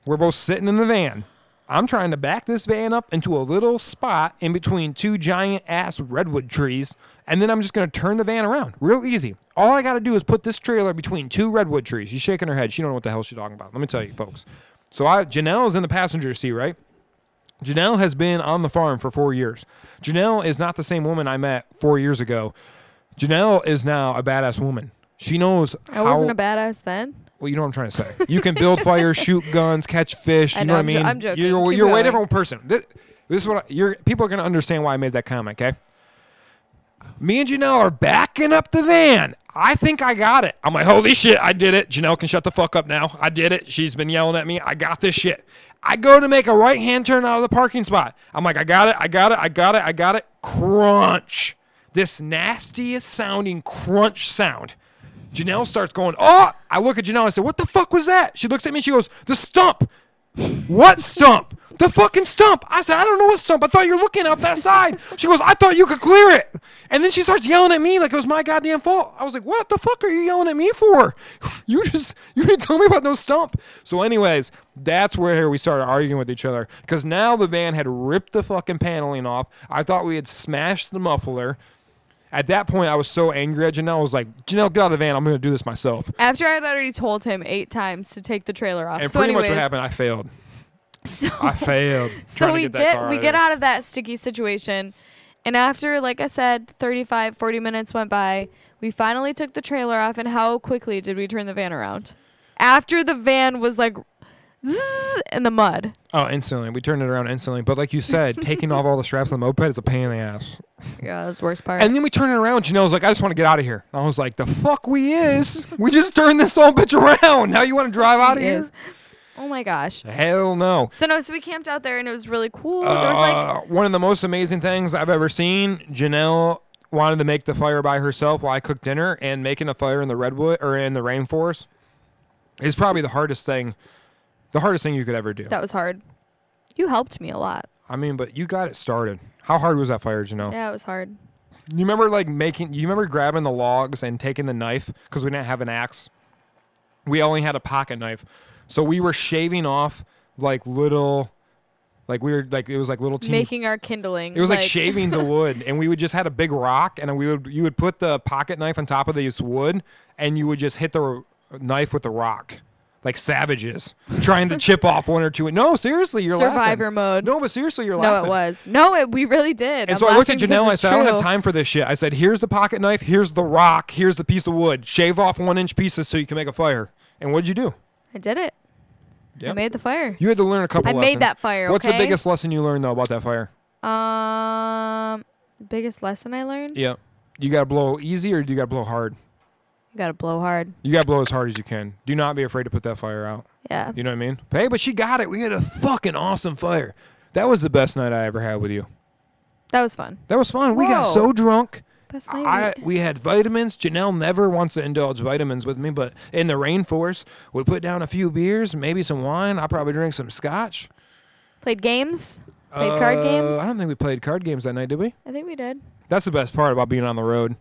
Speaker 1: We're both sitting in the van. I'm trying to back this van up into a little spot in between two giant ass redwood trees, and then I'm just gonna turn the van around real easy. All I gotta do is put this trailer between two redwood trees. She's shaking her head. She don't know what the hell she's talking about. Let me tell you, folks. So I Janelle's in the passenger seat, right? Janelle has been on the farm for four years. Janelle is not the same woman I met four years ago. Janelle is now a badass woman. She knows
Speaker 2: I
Speaker 1: how.
Speaker 2: wasn't a badass then.
Speaker 1: well, you know what I'm trying to say. You can build
Speaker 2: [laughs]
Speaker 1: fire, shoot guns, catch fish. You
Speaker 2: I
Speaker 1: know, what I
Speaker 2: know, I'm jo-
Speaker 1: mean?
Speaker 2: I'm joking.
Speaker 1: You're,
Speaker 2: Keep
Speaker 1: you're a way
Speaker 2: going.
Speaker 1: different person. This, this is what I, you're. People are gonna understand why I made that comment. Okay. Me and Janelle are backing up the van. I think I got it. I'm like, holy shit, I did it. Janelle can shut the fuck up now. I did it. She's been yelling at me. I got this shit. I go to make a right hand turn out of the parking spot. I'm like, I got it. I got it. I got it. I got it. Crunch. This nastiest sounding crunch sound. Janelle starts going, oh, I look at Janelle. I said, what the fuck was that? She looks at me. She goes, the stump. What stump? The fucking stump. I said, I don't know what stump. I thought you're looking out that side. She goes, I thought you could clear it. And then she starts yelling at me like it was my goddamn fault. I was like, what the fuck are you yelling at me for? [laughs] You just, you didn't tell me about no stump. So, anyways, that's where we started arguing with each other because now the van had ripped the fucking paneling off. I thought we had smashed the muffler. At that point, I was so angry at Janelle. I was like, Janelle, get out of the van. I'm going to do this myself.
Speaker 2: After I had already told him eight times to take the trailer off.
Speaker 1: And
Speaker 2: so
Speaker 1: pretty
Speaker 2: anyways,
Speaker 1: much what happened, I failed.
Speaker 2: [laughs] So,
Speaker 1: I failed.
Speaker 2: [laughs] so
Speaker 1: trying to
Speaker 2: we
Speaker 1: that
Speaker 2: get
Speaker 1: car
Speaker 2: we
Speaker 1: of
Speaker 2: get
Speaker 1: there.
Speaker 2: out of that sticky situation. And after, like I said, 35, 40 minutes went by. We finally took the trailer off. And how quickly did we turn the van around? After the van was like zzz in the mud.
Speaker 1: Oh, instantly. We turned it around instantly. But like you
Speaker 2: [laughs]
Speaker 1: said, taking off all the straps on the moped is a pain in the ass.
Speaker 2: Yeah, that was the worst part.
Speaker 1: And then we turn it around. Janelle's like, I just want to get out of here. And I was like, the fuck we is? We just turned this whole bitch around. Now you want to drive out of
Speaker 2: It
Speaker 1: here?
Speaker 2: is. Oh my gosh.
Speaker 1: Hell no.
Speaker 2: So no, so we camped out there and it was really cool. there was like
Speaker 1: Uh, one of the most amazing things I've ever seen. Janelle wanted to make the fire by herself while I cooked dinner, and making a fire in the redwood or in the rainforest is probably the hardest thing, the hardest thing you could ever do.
Speaker 2: that was hard. You helped me a lot.
Speaker 1: I mean, but you got it started. How hard was that fire, Janelle?
Speaker 2: Yeah, it was hard.
Speaker 1: You remember like making? You remember grabbing the logs and taking the knife because we didn't have an axe. We only had a pocket knife, so we were shaving off like little, like we were like it was like little teeny.
Speaker 2: Making our kindling.
Speaker 1: it was like, shavings of wood,
Speaker 2: [laughs]
Speaker 1: and we would just had a big rock, and we would you would put the pocket knife on top of this wood, and you would just hit the r- knife with the rock, like savages trying to chip off one or two. No, seriously, you're
Speaker 2: Survivor
Speaker 1: laughing.
Speaker 2: mode.
Speaker 1: No, but seriously, you're
Speaker 2: No,
Speaker 1: laughing.
Speaker 2: it was. No, it, we really did.
Speaker 1: And
Speaker 2: I'm
Speaker 1: so I looked at
Speaker 2: laughing because
Speaker 1: Janelle and I
Speaker 2: it's
Speaker 1: said, I don't have
Speaker 2: true.
Speaker 1: time for this shit. I said, here's the pocket knife, here's the rock, here's the piece of wood. Shave off one inch pieces so you can make a fire. And what'd you do?
Speaker 2: I did it. I
Speaker 1: Yep.
Speaker 2: made the fire.
Speaker 1: You had to learn a couple
Speaker 2: I made
Speaker 1: lessons.
Speaker 2: that fire,
Speaker 1: What's
Speaker 2: okay?
Speaker 1: the biggest lesson you learned, though, about that fire?
Speaker 2: Um, biggest lesson I learned.
Speaker 1: Yeah. You got to blow easy or you got to blow hard?
Speaker 2: You gotta blow hard.
Speaker 1: You got to blow as hard as you can. Do not be afraid to put that fire out.
Speaker 2: Yeah.
Speaker 1: You know what I mean? Hey, but she got it. We had a fucking awesome fire. That was the best night I ever had with you.
Speaker 2: That was fun.
Speaker 1: That was fun. We got
Speaker 2: Whoa.
Speaker 1: so drunk.
Speaker 2: Best night.
Speaker 1: I, we had vitamins. Janelle never wants to indulge vitamins with me, but in the rainforest, we put down a few beers, maybe some wine. I probably drink some scotch.
Speaker 2: Played games. Played card
Speaker 1: Uh,
Speaker 2: games.
Speaker 1: I don't think we played card games that night, did we?
Speaker 2: I think we did.
Speaker 1: That's the best part about being on the road.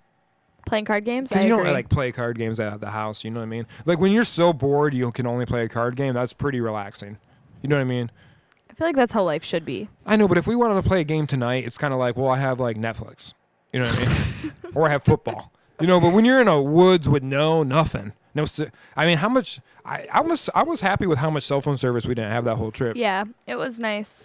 Speaker 2: Playing card games. I
Speaker 1: Because you
Speaker 2: agree.
Speaker 1: don't like play card games at the house. You know what I mean? Like when you're so bored, you can only play a card game. That's pretty relaxing. You know what I mean?
Speaker 2: I feel like that's how life should be.
Speaker 1: I know, but if we wanted to play a game tonight, it's kind of like, well, I have like Netflix, you know what I
Speaker 2: [laughs]
Speaker 1: mean, or I have football, you know. But when you're in a woods with no nothing, no, s- I mean, how much? I, I was I was happy with how much cell phone service we didn't have that whole trip.
Speaker 2: Yeah, it was nice.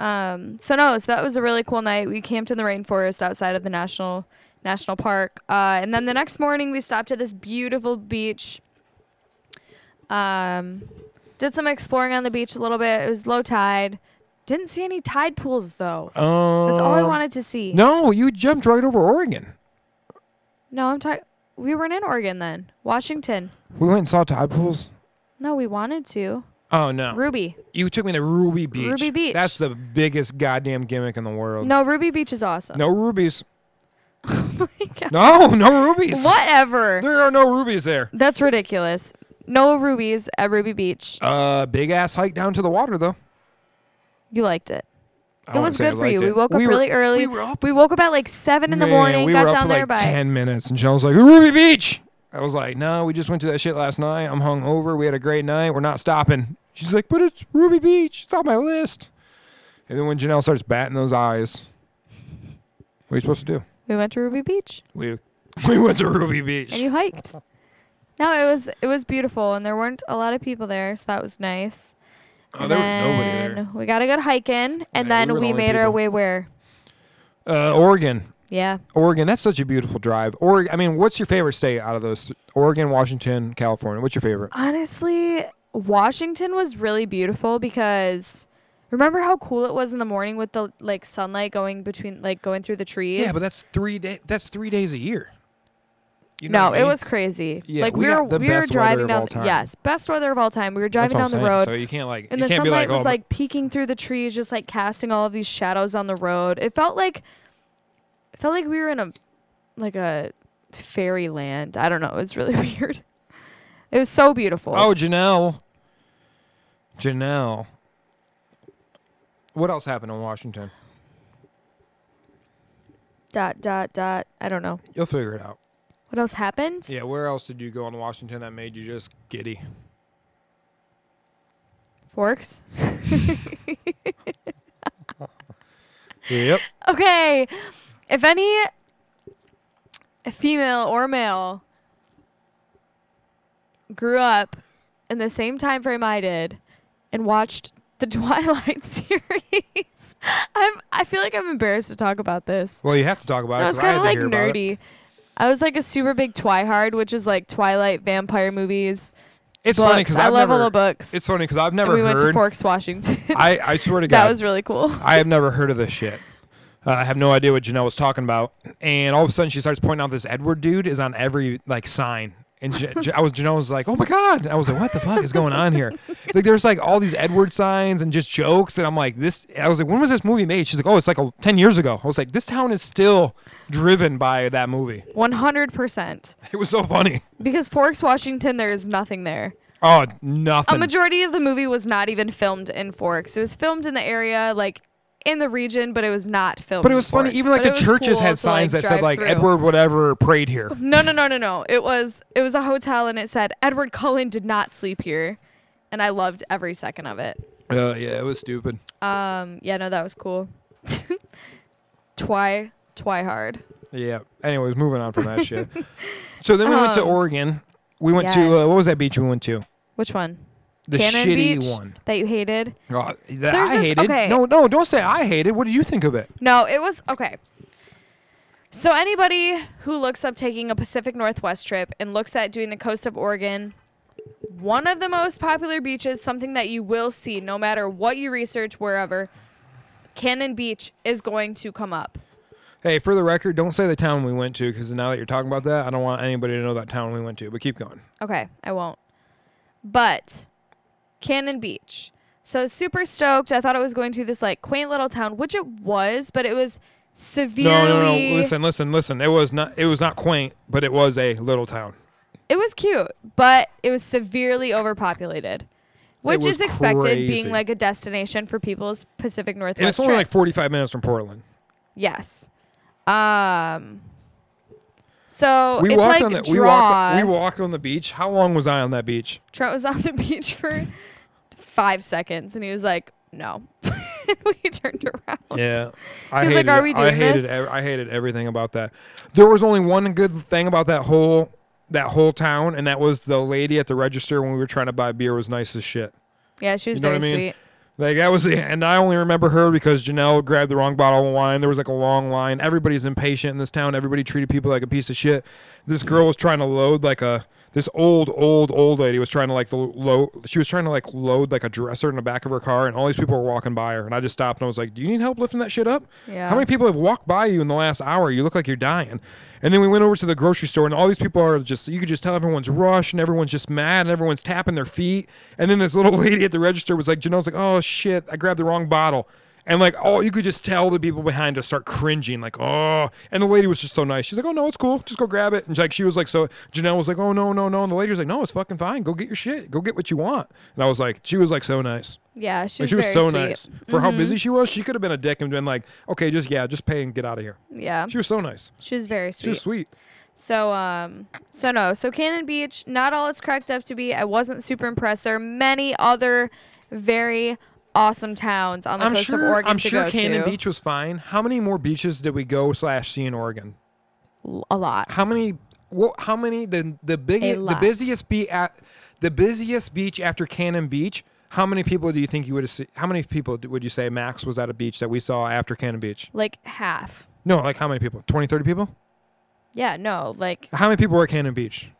Speaker 2: Um, so no, so that was a really cool night. We camped in the rainforest outside of the national national park, uh, and then the next morning we stopped at this beautiful beach. Um, did some exploring on the beach a little bit. It was low tide. Didn't see any tide pools though.
Speaker 1: Um,
Speaker 2: That's all I wanted to see.
Speaker 1: No, you jumped right over Oregon.
Speaker 2: No, I'm talking. We weren't in Oregon then. Washington.
Speaker 1: We went and saw tide pools.
Speaker 2: No, we wanted to.
Speaker 1: Oh no!
Speaker 2: Ruby.
Speaker 1: you took me to Ruby Beach.
Speaker 2: Ruby Beach.
Speaker 1: That's the biggest goddamn gimmick in the world.
Speaker 2: No, Ruby Beach is awesome.
Speaker 1: Um. No rubies.
Speaker 2: [laughs] Oh my God.
Speaker 1: No, no rubies.
Speaker 2: Whatever.
Speaker 1: There are no rubies there.
Speaker 2: That's ridiculous. No rubies at Ruby Beach.
Speaker 1: Uh, big ass hike down to the water though.
Speaker 2: You liked it.
Speaker 1: I
Speaker 2: it
Speaker 1: wouldn't
Speaker 2: was
Speaker 1: say I
Speaker 2: good for
Speaker 1: liked
Speaker 2: you. We
Speaker 1: it.
Speaker 2: woke up
Speaker 1: were-
Speaker 2: really
Speaker 1: We
Speaker 2: early.
Speaker 1: were up
Speaker 2: woke up at like seven in the
Speaker 1: Man,
Speaker 2: morning.
Speaker 1: we
Speaker 2: got
Speaker 1: were up
Speaker 2: down
Speaker 1: for
Speaker 2: there
Speaker 1: like
Speaker 2: by.
Speaker 1: ten minutes, and Shell's like, "Ruby Beach." I was like, "No, we just went to that shit last night. I'm hungover. We had a great night. We're not stopping." She's like, "But it's Ruby Beach. It's on my list." And then when Janelle starts batting those eyes, what are you supposed to do?
Speaker 2: We went to Ruby Beach
Speaker 1: We [laughs] we went to Ruby
Speaker 2: and
Speaker 1: Beach.
Speaker 2: you hiked. no, it was it was beautiful, and there weren't a lot of people there, so that was nice.
Speaker 1: Oh,
Speaker 2: And
Speaker 1: there was nobody
Speaker 2: then We got a good hike in, and
Speaker 1: Yeah, we
Speaker 2: then
Speaker 1: were
Speaker 2: we,
Speaker 1: the only
Speaker 2: made our
Speaker 1: people.
Speaker 2: way where.
Speaker 1: there. Uh, Oregon,
Speaker 2: Yeah,
Speaker 1: Oregon. That's such a beautiful drive. Oregon. I mean, what's your favorite state out of those? Th- Oregon, Washington, California. What's your favorite?
Speaker 2: honestly, Washington was really beautiful because. Remember how cool it was in the morning with the like sunlight going between like going through the trees?
Speaker 1: Yeah, but that's three day. That's three days a year. You
Speaker 2: no,
Speaker 1: what I
Speaker 2: it
Speaker 1: mean?
Speaker 2: was crazy.
Speaker 1: Yeah,
Speaker 2: like
Speaker 1: we
Speaker 2: we, were
Speaker 1: got the
Speaker 2: we were
Speaker 1: best weather
Speaker 2: driving
Speaker 1: of
Speaker 2: down
Speaker 1: all time.
Speaker 2: yes, best weather of all time. We were
Speaker 1: That's
Speaker 2: driving
Speaker 1: what
Speaker 2: down
Speaker 1: I'm
Speaker 2: the
Speaker 1: saying.
Speaker 2: road
Speaker 1: So you can't like.
Speaker 2: and
Speaker 1: you
Speaker 2: the
Speaker 1: can't
Speaker 2: sunlight
Speaker 1: be like, oh,
Speaker 2: was like peeking through the trees, just like casting all of these shadows on the road. It felt like it felt like we were in a like a fairyland. I don't know. It was really [laughs] weird. It was so beautiful.
Speaker 1: Oh, Janelle. Janelle. What else happened in Washington?
Speaker 2: dot dot dot. I don't know.
Speaker 1: You'll figure it out.
Speaker 2: What else happened?
Speaker 1: Yeah, where else did you go in Washington that made you just giddy?
Speaker 2: Forks.
Speaker 1: Yep.
Speaker 2: Okay. If any female or male grew up in the same time frame I did and watched the [laughs] Twilight series, [laughs] I'm I feel like I'm embarrassed to talk about this.
Speaker 1: Well, you have to talk about
Speaker 2: No,
Speaker 1: it.
Speaker 2: it's
Speaker 1: 'cause I had
Speaker 2: kind of
Speaker 1: to
Speaker 2: like
Speaker 1: hear about it.
Speaker 2: nerdy. I was like a super big Twihard, which is like Twilight vampire movies.
Speaker 1: It's
Speaker 2: books.
Speaker 1: funny because
Speaker 2: I
Speaker 1: I've
Speaker 2: love
Speaker 1: never.
Speaker 2: all the books.
Speaker 1: It's funny because I've
Speaker 2: and
Speaker 1: never
Speaker 2: we went to
Speaker 1: heard.
Speaker 2: Forks, Washington.
Speaker 1: I I swear to
Speaker 2: [laughs] that
Speaker 1: God,
Speaker 2: was really
Speaker 1: [laughs]
Speaker 2: cool.
Speaker 1: I have never heard of this shit. Uh, I have no idea what Janelle was talking about, and all of a sudden she starts pointing out this Edward dude is on every like sign, and J- J- I was Janelle was like, "Oh my god!" And I was like, "What the fuck is going on
Speaker 2: [laughs]
Speaker 1: here?" Like there's like all these Edward signs and just jokes, and I'm like, "This." I was like, "When was this movie made?" She's like, "Oh, it's like a, ten years ago." I was like, "This town is still driven by that movie." [laughs]
Speaker 2: 100%.
Speaker 1: It was so funny.
Speaker 2: Because Forks, Washington, there is nothing there.
Speaker 1: Oh,
Speaker 2: a
Speaker 1: nothing.
Speaker 2: majority of the movie was not even filmed in Forks. It was filmed in the area, like in the region, but it was not filmed.
Speaker 1: but it
Speaker 2: in
Speaker 1: was funny.
Speaker 2: Forks.
Speaker 1: Even like the
Speaker 2: But it was
Speaker 1: churches
Speaker 2: cool
Speaker 1: had
Speaker 2: to,
Speaker 1: signs that said
Speaker 2: drive
Speaker 1: like
Speaker 2: through.
Speaker 1: Edward whatever prayed here. [laughs]
Speaker 2: No, no, no, no, no. It was it was a hotel, and it said Edward Cullen did not sleep here, and I loved every second of it.
Speaker 1: Uh, yeah, it was stupid.
Speaker 2: Um, yeah, no, that was cool. [laughs] Twy, twy hard.
Speaker 1: Yeah. Anyways, moving on from that
Speaker 2: [laughs]
Speaker 1: shit. So then we went to
Speaker 2: Um,
Speaker 1: Oregon. We went to uh, what was that beach we went to?
Speaker 2: Which one?
Speaker 1: The
Speaker 2: Cannon
Speaker 1: shitty
Speaker 2: Beach?
Speaker 1: one.
Speaker 2: That you hated?
Speaker 1: Oh, that
Speaker 2: there's
Speaker 1: I
Speaker 2: this-
Speaker 1: hated.
Speaker 2: okay.
Speaker 1: No, no, don't say I hated. What do you think of it?
Speaker 2: No, it was okay. So anybody who looks up taking a Pacific Northwest trip and looks at doing the coast of Oregon, one of the most popular beaches, something that you will see no matter what you research wherever, Cannon Beach is going to come up.
Speaker 1: Hey, for the record, don't say the town we went to because now that you're talking about that, I don't want anybody to know that town we went to. But keep going.
Speaker 2: Okay, I won't. But Cannon Beach. So super stoked. I thought it was going to this like quaint little town, which it was, but it was severely
Speaker 1: No, no, no. Listen, listen, listen. It was not. It was not quaint, but it was a little town.
Speaker 2: It was cute, but it was severely overpopulated, which
Speaker 1: was
Speaker 2: is expected
Speaker 1: crazy.
Speaker 2: being like a destination for people's Pacific Northwest.
Speaker 1: And it's only like
Speaker 2: trips.
Speaker 1: 45 minutes from Portland.
Speaker 2: Yes. Um. So
Speaker 1: we
Speaker 2: it's
Speaker 1: walked
Speaker 2: like
Speaker 1: on the
Speaker 2: draw.
Speaker 1: we walked we walked on the beach. How long was I on that beach?
Speaker 2: Trent was [laughs] on the beach for five seconds, and he was like, "No." [laughs] we turned around.
Speaker 1: Yeah, I
Speaker 2: He was like,
Speaker 1: hated.
Speaker 2: "Are
Speaker 1: it.
Speaker 2: we
Speaker 1: I
Speaker 2: doing
Speaker 1: hated.
Speaker 2: this?"
Speaker 1: ev- I hated everything about that. There was only one good thing about that whole that whole town, and that was the lady at the register when we were trying to buy beer was nice as shit.
Speaker 2: Yeah, she was
Speaker 1: You know
Speaker 2: very
Speaker 1: what I mean?
Speaker 2: sweet.
Speaker 1: Like that was, and I only remember her because Janelle grabbed the wrong bottle of wine. There was like a long line. Everybody's impatient in this town. Everybody treated people like a piece of shit. This girl was trying to load like a this old, old, old lady was trying to like the load. She was trying to like load like a dresser in the back of her car, and all these people were walking by her. And I just stopped and I was like, "Do you need help lifting that shit up?
Speaker 2: Yeah.
Speaker 1: How many people have walked by you in the last hour? You look like you're dying." And then we went over to the grocery store, and all these people are just you could just tell everyone's rushed and everyone's just mad and everyone's tapping their feet. And then this [laughs] little lady at the register was like, "Janelle's like, oh shit, I grabbed the wrong bottle." And like, oh, you could just tell the people behind us start cringing, like, oh. And the lady was just so nice. She's like, oh no, it's cool, just go grab it. And like, she was like, so Janelle was like, oh no, no, no. And the lady was like, no, it's fucking fine. Go get your shit. Go get what you want. And I was like, she was like so nice.
Speaker 2: Yeah, she
Speaker 1: Like,
Speaker 2: was,
Speaker 1: she was
Speaker 2: very
Speaker 1: so
Speaker 2: sweet.
Speaker 1: nice for how busy she was. She could have been a dick and been like, okay, just yeah, just pay and get out of here.
Speaker 2: Yeah,
Speaker 1: She was so nice.
Speaker 2: she was very sweet.
Speaker 1: She was sweet.
Speaker 2: So um so no, so Cannon Beach, not all it's cracked up to be. I wasn't super impressed. There are many other very awesome towns on the
Speaker 1: I'm
Speaker 2: coast
Speaker 1: sure.
Speaker 2: of Oregon
Speaker 1: I'm
Speaker 2: to
Speaker 1: sure
Speaker 2: go
Speaker 1: Cannon
Speaker 2: to.
Speaker 1: Beach was fine. How many more beaches did we go slash see in Oregon?
Speaker 2: L- a lot.
Speaker 1: How many? Well, how many? The the big
Speaker 2: A
Speaker 1: the
Speaker 2: lot.
Speaker 1: busiest be at the busiest beach after Cannon Beach. How many people do you think you would have seen? How many people d- would you say max was at a beach that we saw after Cannon Beach?
Speaker 2: Like half.
Speaker 1: No, like how many people? 20, 30 people?
Speaker 2: Yeah, no, like
Speaker 1: How many people were at Cannon Beach?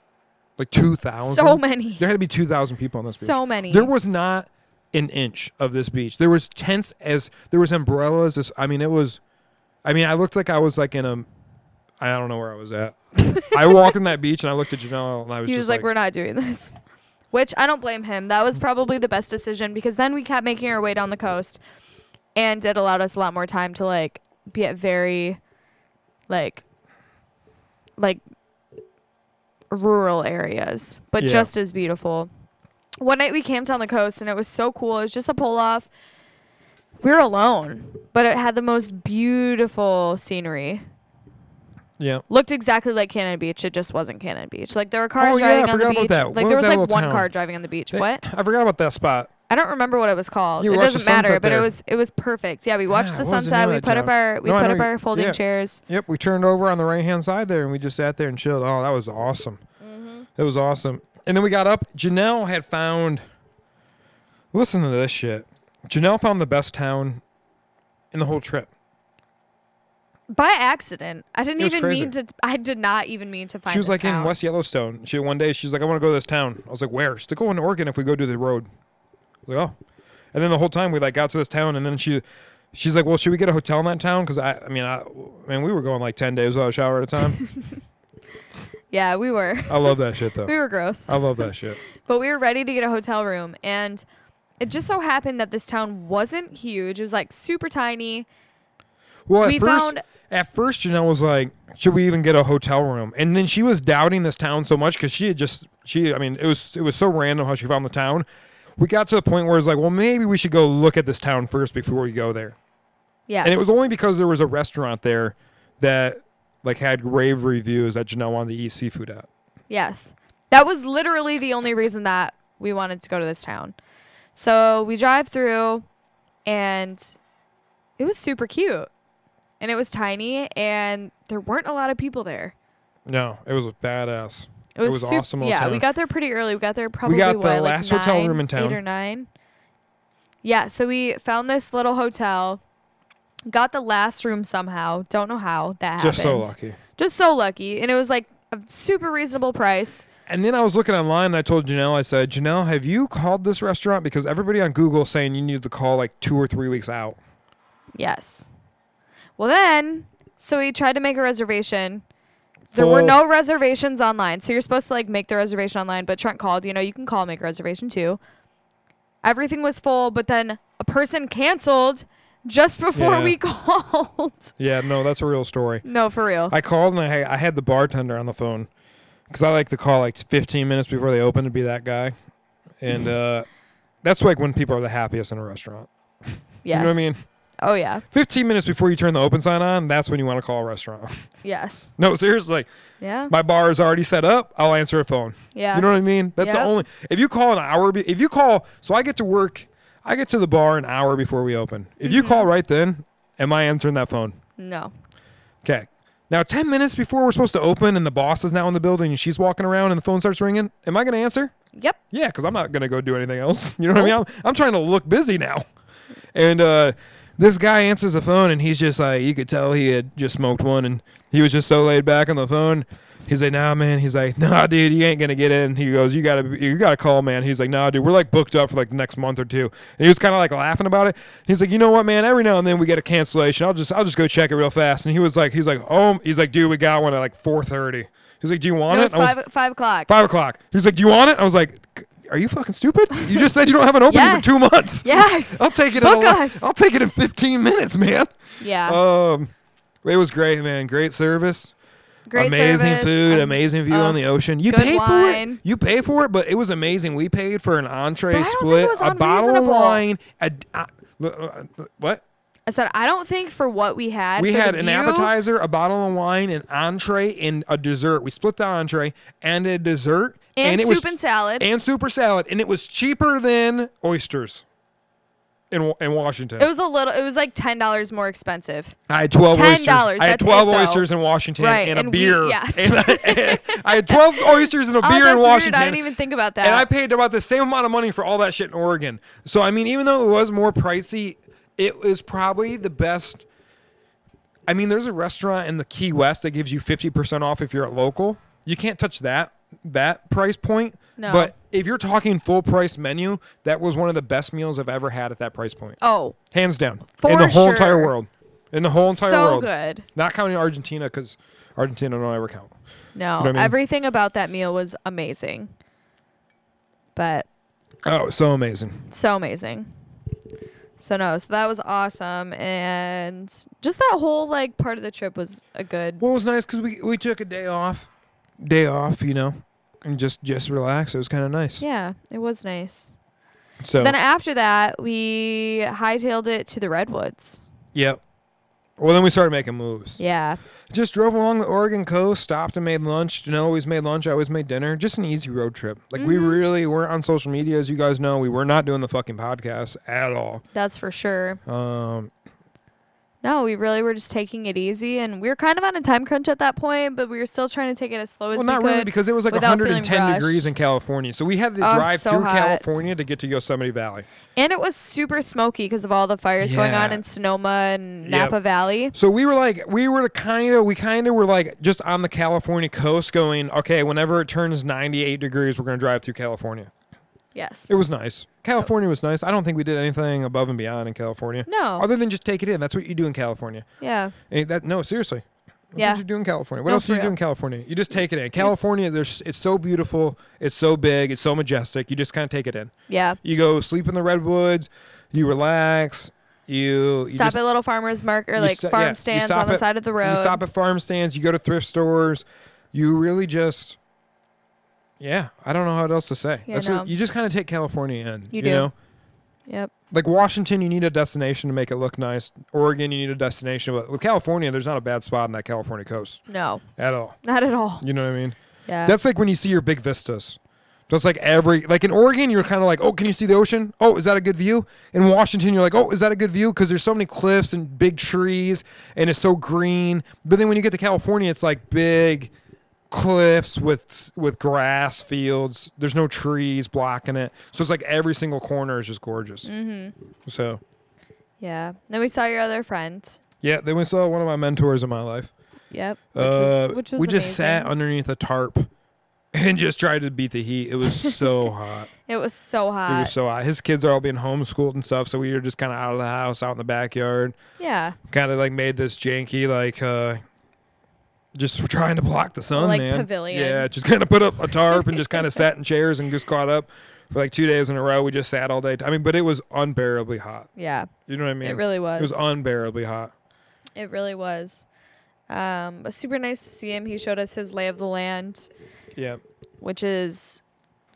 Speaker 1: Like 2,000?
Speaker 2: so many.
Speaker 1: There had to be 2,000 people on this beach.
Speaker 2: So many.
Speaker 1: There was not an inch of this beach. There was tents as there was umbrellas. This, I mean, it was. I mean, I looked like I was like in a. I don't know where I was
Speaker 2: [laughs]
Speaker 1: at. I walked in that beach and I looked at Janelle and I was
Speaker 2: he
Speaker 1: just
Speaker 2: was like, "We're not doing this," [laughs] which I don't blame him. That was probably the best decision because then we kept making our way down the coast, and it allowed us a lot more time to like be at very, like, like rural areas, but
Speaker 1: Yeah.
Speaker 2: just as beautiful. One night we camped on the coast and it was so cool. It was just a pull off. We were alone, but it had the most beautiful scenery
Speaker 1: yeah.
Speaker 2: looked exactly like Cannon Beach. It just wasn't Cannon Beach. Like there were cars
Speaker 1: Oh, yeah, I
Speaker 2: driving on the
Speaker 1: forgot about
Speaker 2: beach.
Speaker 1: that.
Speaker 2: Like
Speaker 1: What
Speaker 2: there
Speaker 1: was
Speaker 2: was
Speaker 1: that
Speaker 2: like
Speaker 1: little
Speaker 2: one
Speaker 1: town?
Speaker 2: car driving on the beach. what?
Speaker 1: I forgot about that spot.
Speaker 2: I don't remember what it was called.
Speaker 1: You
Speaker 2: it
Speaker 1: watched the
Speaker 2: doesn't matter,
Speaker 1: sunset
Speaker 2: but it
Speaker 1: there.
Speaker 2: was it was perfect. Yeah, we watched
Speaker 1: Yeah,
Speaker 2: the
Speaker 1: what was the name
Speaker 2: sunset.
Speaker 1: of
Speaker 2: we
Speaker 1: that
Speaker 2: put up
Speaker 1: town?
Speaker 2: our we
Speaker 1: No, I
Speaker 2: put
Speaker 1: know
Speaker 2: up
Speaker 1: you-
Speaker 2: our folding
Speaker 1: yeah.
Speaker 2: chairs.
Speaker 1: Yep, we turned over on the right hand side there and we just sat there and chilled. Oh, that was awesome.
Speaker 2: Mm-hmm.
Speaker 1: It was awesome. And then we got up. Janelle had found. Listen to this shit. Janelle found the best town in the whole trip.
Speaker 2: By accident. I didn't
Speaker 1: It was
Speaker 2: even
Speaker 1: crazy.
Speaker 2: mean to I did not even mean to find
Speaker 1: she was
Speaker 2: this
Speaker 1: like
Speaker 2: town.
Speaker 1: in West Yellowstone. She one day she's like, I want to go to this town. I was like, where? She's like, oh, in Oregon if we go to the road. I was like, oh. And then the whole time we like got to this town, and then she, she's like, well, should we get a hotel in that town? Because I, I mean, I, I mean, we were going like ten days without a shower at a
Speaker 2: [laughs]
Speaker 1: time.
Speaker 2: Yeah, we were.
Speaker 1: I love that shit
Speaker 2: [laughs] we
Speaker 1: though.
Speaker 2: were gross.
Speaker 1: I love that shit.
Speaker 2: But we were ready to get a hotel room and it just so happened that this town wasn't huge. It was like super tiny.
Speaker 1: Well, at
Speaker 2: We
Speaker 1: first,
Speaker 2: found-
Speaker 1: at first Janelle was like, "Should we even get a hotel room?" And then she was doubting this town so much because she had just she. I mean, it was it was so random how she found the town. We got to the point where it's like, well, maybe we should go look at this town first before we go there.
Speaker 2: Yeah.
Speaker 1: And it was only because there was a restaurant there that like had rave reviews that Janelle wanted to eat seafood at.
Speaker 2: Yes. That was literally the only reason that we wanted to go to this town. So we drive through and it was super cute. And it was tiny and there weren't a lot of people there.
Speaker 1: No, it was badass.
Speaker 2: It was,
Speaker 1: was
Speaker 2: sup-
Speaker 1: awesome little
Speaker 2: Yeah, we
Speaker 1: town.
Speaker 2: got there pretty early. We got there probably
Speaker 1: got
Speaker 2: what,
Speaker 1: the
Speaker 2: like
Speaker 1: last hotel
Speaker 2: nine,
Speaker 1: room in
Speaker 2: Eight
Speaker 1: town.
Speaker 2: or nine. Yeah, so we found this little hotel, got the last room somehow. Don't know how that
Speaker 1: Just so
Speaker 2: happened.
Speaker 1: lucky.
Speaker 2: Just so lucky, and it was like a super reasonable price.
Speaker 1: And then I was looking online and I told Janelle, I said, Janelle, have you called this restaurant? Because everybody on Google is saying you need to call like two or three weeks out.
Speaker 2: Yes. Well, then, so we tried to make a reservation. There were
Speaker 1: Full-
Speaker 2: no reservations online. So you're supposed to like make the reservation online, but Trent called, you know, you can call, make a reservation too. Everything was full, but then a person canceled just before
Speaker 1: Yeah.
Speaker 2: we [laughs] called.
Speaker 1: Yeah, no, that's a real story.
Speaker 2: no, for real.
Speaker 1: I called and I, I had the bartender on the phone because I like to call like 15 minutes before they open to be that guy. And uh, that's like when people are the happiest in a restaurant.
Speaker 2: yes.
Speaker 1: You know what I mean?
Speaker 2: Oh, yeah.
Speaker 1: 15 minutes before you turn the open sign on, that's when you want to call a restaurant. [laughs]
Speaker 2: Yes.
Speaker 1: no, seriously.
Speaker 2: Yeah.
Speaker 1: My bar is already set up. I'll answer a phone.
Speaker 2: Yeah.
Speaker 1: You know what I mean? That's
Speaker 2: Yeah.
Speaker 1: the only. If you call an hour, be, if you call, so I get to work, I get to the bar an hour before we open. If you call right then, am I answering that phone?
Speaker 2: no.
Speaker 1: Okay. Now, 10 minutes before we're supposed to open and the boss is now in the building and she's walking around and the phone starts ringing, am I going to answer?
Speaker 2: Yep.
Speaker 1: [laughs] Yeah, because I'm not going to go do anything else. You know what I mean? I'm, I'm trying to look busy now. And uh, this guy answers the phone, and he's just like, you could tell he had just smoked one, and he was just so laid back on the phone. He's like, nah, man. He's like, nah, dude, you ain't gonna get in. He goes, you gotta, you gotta call, man. He's like, nah, dude, we're like booked up for like the next month or two. And he was kind of like laughing about it. He's like, you know what, man? Every now and then we get a cancellation. I'll just, I'll just go check it real fast. And he was like, he's like, oh, he's like, dude, we got one at like 4:30. He's like, do you want
Speaker 2: No,
Speaker 1: it?
Speaker 2: it's
Speaker 1: I was-
Speaker 2: five, five o'clock.
Speaker 1: Five o'clock. He's like, "Do you want it?" I was like, "C- "Are you fucking stupid? You just said you don't have an opening
Speaker 2: Yes.
Speaker 1: for two months.
Speaker 2: [laughs]
Speaker 1: [laughs]
Speaker 2: Yes.
Speaker 1: I'll take it.
Speaker 2: Book
Speaker 1: in a,
Speaker 2: us.
Speaker 1: I'll take it in fifteen minutes, man.
Speaker 2: Yeah.
Speaker 1: Um, it was great, man. Great service.
Speaker 2: Great
Speaker 1: amazing
Speaker 2: service.
Speaker 1: food.
Speaker 2: Um,
Speaker 1: amazing view
Speaker 2: oh,
Speaker 1: on the ocean. You
Speaker 2: good
Speaker 1: pay for
Speaker 2: wine.
Speaker 1: it. You pay for it, but it was amazing. We paid for an entree
Speaker 2: But I don't think it
Speaker 1: split,
Speaker 2: was
Speaker 1: a bottle of
Speaker 2: unreasonable.
Speaker 1: wine, a, uh, l- uh, uh, what?
Speaker 2: I said I don't think for what we had.
Speaker 1: We
Speaker 2: for the
Speaker 1: had an
Speaker 2: view-
Speaker 1: appetizer, a bottle of wine, an entree, and a dessert. We split the entree and a dessert,
Speaker 2: and,
Speaker 1: it
Speaker 2: soup
Speaker 1: was
Speaker 2: and salad.
Speaker 1: and super salad, and it was cheaper than oysters in Wa- in Washington.
Speaker 2: it was a little. It was like ten dollars more expensive.
Speaker 1: I had twelve oysters.
Speaker 2: $10,
Speaker 1: I had
Speaker 2: that's it,
Speaker 1: twelve
Speaker 2: though.
Speaker 1: oysters in Washington
Speaker 2: Right,
Speaker 1: and a
Speaker 2: and we-
Speaker 1: beer.
Speaker 2: yes.
Speaker 1: [laughs] And I, I had
Speaker 2: [laughs]
Speaker 1: twelve oysters and a
Speaker 2: Oh,
Speaker 1: beer
Speaker 2: that's
Speaker 1: in
Speaker 2: weird.
Speaker 1: Washington.
Speaker 2: I didn't even think about that.
Speaker 1: and I paid about the same amount of money for all that shit in Oregon. So I mean, even though it was more pricey, it was probably the best. I mean, there's a restaurant in the Key West that gives you fifty percent off if you're at local. You can't touch that that price point.
Speaker 2: No.
Speaker 1: But if you're talking full price menu, that was one of the best meals I've ever had at that price point,
Speaker 2: oh,
Speaker 1: hands down. in
Speaker 2: For
Speaker 1: the whole entire
Speaker 2: sure.
Speaker 1: world, in the whole entire
Speaker 2: so
Speaker 1: world,
Speaker 2: good.
Speaker 1: not counting Argentina because Argentina don't ever count.
Speaker 2: No,
Speaker 1: You know what I mean?
Speaker 2: everything about that meal was amazing. But
Speaker 1: Oh, so amazing.
Speaker 2: so amazing. So no, so that was awesome, and just that whole like part of the trip was a good.
Speaker 1: Well, it was nice because we we took a day off, day off, you know, and just just relax. It was kind of nice.
Speaker 2: Yeah, it was nice.
Speaker 1: So
Speaker 2: Then after that, we hightailed it to the redwoods.
Speaker 1: yep. Well, then we started making moves.
Speaker 2: Yeah,
Speaker 1: Just drove along the Oregon coast, stopped and made lunch. Janelle always made lunch. I always made dinner. Just an easy road trip. Like we
Speaker 2: Mhm.
Speaker 1: really weren't on social media, as you guys know. We were not doing the fucking podcast at all.
Speaker 2: that's for sure.
Speaker 1: Um,
Speaker 2: No, we really were just taking it easy, and we were kind of on a time crunch at that point, but we were still trying to take it as slow as
Speaker 1: well,
Speaker 2: we
Speaker 1: not
Speaker 2: could.
Speaker 1: really because it was like
Speaker 2: without feeling
Speaker 1: 110 degrees
Speaker 2: rushed.
Speaker 1: in California, so we had to
Speaker 2: Oh,
Speaker 1: drive
Speaker 2: so
Speaker 1: through
Speaker 2: hot.
Speaker 1: California to get to Yosemite Valley.
Speaker 2: and it was super smoky because of all the fires going on
Speaker 1: Yeah.
Speaker 2: in Sonoma and
Speaker 1: Yep.
Speaker 2: Napa Valley.
Speaker 1: So we were like, we were kind of, we kind of were like just on the California coast going, okay, whenever it turns 98 degrees, we're going to drive through California.
Speaker 2: Yes.
Speaker 1: It was nice. California was nice. I don't think we did anything above and beyond in California.
Speaker 2: No.
Speaker 1: Other than just take it in. That's what you do in California.
Speaker 2: Yeah.
Speaker 1: Eh, that, no, seriously. That's
Speaker 2: Yeah.
Speaker 1: what you do in California. What
Speaker 2: No,
Speaker 1: else do
Speaker 2: for
Speaker 1: you do
Speaker 2: real.
Speaker 1: in California? You just take it in. California, there's it's so beautiful, it's so big, it's so majestic. You just kind of take it in.
Speaker 2: Yeah.
Speaker 1: You go sleep in the redwoods, you relax, you, you
Speaker 2: stop
Speaker 1: just-
Speaker 2: at little farmers market or
Speaker 1: you
Speaker 2: like
Speaker 1: sto-
Speaker 2: farm
Speaker 1: yeah, you
Speaker 2: stands
Speaker 1: stop
Speaker 2: on the
Speaker 1: at-
Speaker 2: side of the road.
Speaker 1: You stop at farm stands. You go to thrift stores. You really just, yeah. I don't know how else to say.
Speaker 2: Yeah,
Speaker 1: That's
Speaker 2: no.
Speaker 1: what, you just kind of take California in.
Speaker 2: You
Speaker 1: You,
Speaker 2: do.
Speaker 1: know,
Speaker 2: yep.
Speaker 1: like Washington, you need a destination to make it look nice. Oregon, you need a destination, but with California, there's not a bad spot on that California coast
Speaker 2: No,
Speaker 1: at all.
Speaker 2: not at
Speaker 1: [laughs]
Speaker 2: all.
Speaker 1: You know what I mean?
Speaker 2: Yeah.
Speaker 1: That's like when you see your big vistas. That's like every like in Oregon, you're kind of like, oh, can you see the ocean? Oh, is that a good view? In Washington, you're like, oh, is that a good view? Because there's so many cliffs and big trees, and it's so green. But then when you get to California, it's like big cliffs with with grass fields. There's no trees blocking it, so it's like every single corner is just gorgeous.
Speaker 2: mm-hmm.
Speaker 1: So
Speaker 2: Yeah. Then we saw your other friend.
Speaker 1: yeah, then we saw one of my mentors in my life.
Speaker 2: Yep.
Speaker 1: Uh,
Speaker 2: which was
Speaker 1: we just sat
Speaker 2: amazing.
Speaker 1: underneath a tarp [laughs] and just tried to beat the heat. It was
Speaker 2: [laughs]
Speaker 1: so hot.
Speaker 2: It was so
Speaker 1: We were
Speaker 2: hot.
Speaker 1: so his kids are all being homeschooled and stuff, so we were just kind of out of the house, out in the backyard,
Speaker 2: yeah.
Speaker 1: kind of like made this janky like uh just trying to block the sun,
Speaker 2: Like
Speaker 1: man.
Speaker 2: pavilion.
Speaker 1: Yeah, just kind of put up a tarp and just
Speaker 2: [laughs]
Speaker 1: kind of sat in chairs and just caught up for like two days in a row. We just sat all day. I mean, but it was unbearably hot.
Speaker 2: Yeah.
Speaker 1: You know what I mean?
Speaker 2: it really was.
Speaker 1: It was unbearably hot.
Speaker 2: It really was. Um, but super nice to see him. He showed us his lay of the land,
Speaker 1: Yeah.
Speaker 2: which is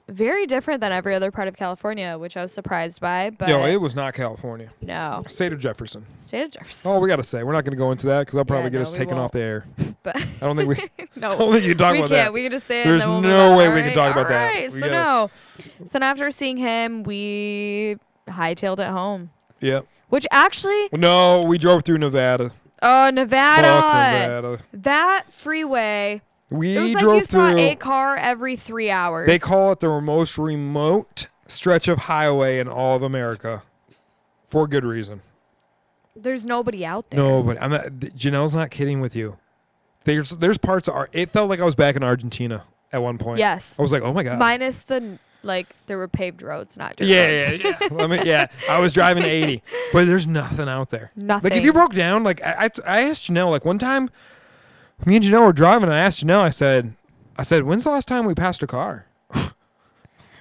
Speaker 2: very different than every other part of California, which I was surprised by. But
Speaker 1: Yo, it was not California.
Speaker 2: no,
Speaker 1: State of Jefferson.
Speaker 2: state of Jefferson.
Speaker 1: Oh, we gotta say we're not gonna go into that because I'll probably
Speaker 2: no,
Speaker 1: get us
Speaker 2: we
Speaker 1: taken off
Speaker 2: won't.
Speaker 1: the air.
Speaker 2: [laughs] But
Speaker 1: I don't think we.
Speaker 2: [laughs]
Speaker 1: I
Speaker 2: no,
Speaker 1: don't think you can talk
Speaker 2: we
Speaker 1: about
Speaker 2: can't.
Speaker 1: that.
Speaker 2: We can just say
Speaker 1: There's
Speaker 2: it. and then we'll move
Speaker 1: no
Speaker 2: on.
Speaker 1: way
Speaker 2: All
Speaker 1: we can
Speaker 2: right,
Speaker 1: talk about
Speaker 2: all
Speaker 1: that.
Speaker 2: right,
Speaker 1: We
Speaker 2: So no. So then after seeing him, we hightailed it home.
Speaker 1: Yeah.
Speaker 2: Which actually,
Speaker 1: No, we drove through Nevada.
Speaker 2: oh
Speaker 1: Fuck
Speaker 2: Nevada,
Speaker 1: Nevada.
Speaker 2: that freeway.
Speaker 1: We
Speaker 2: It was like
Speaker 1: drove
Speaker 2: you
Speaker 1: through.
Speaker 2: saw a car every three hours.
Speaker 1: they call it the most remote stretch of highway in all of America. for good reason.
Speaker 2: There's nobody out there.
Speaker 1: No, but I'm not, th- Janelle's not kidding with you. There's there's parts of our, it felt like I was back in Argentina at one point.
Speaker 2: Yes.
Speaker 1: I was like, oh my god.
Speaker 2: Minus the like there were paved roads, not dirt
Speaker 1: yeah,
Speaker 2: roads.
Speaker 1: yeah, yeah. Let me, yeah. I was driving 80, but there's nothing out there.
Speaker 2: Nothing.
Speaker 1: Like if you broke down, like I, I, I asked Janelle, like one time, me and Janelle were driving, and I asked Janelle, I said, I said, when's the last time we passed a car? [laughs] like,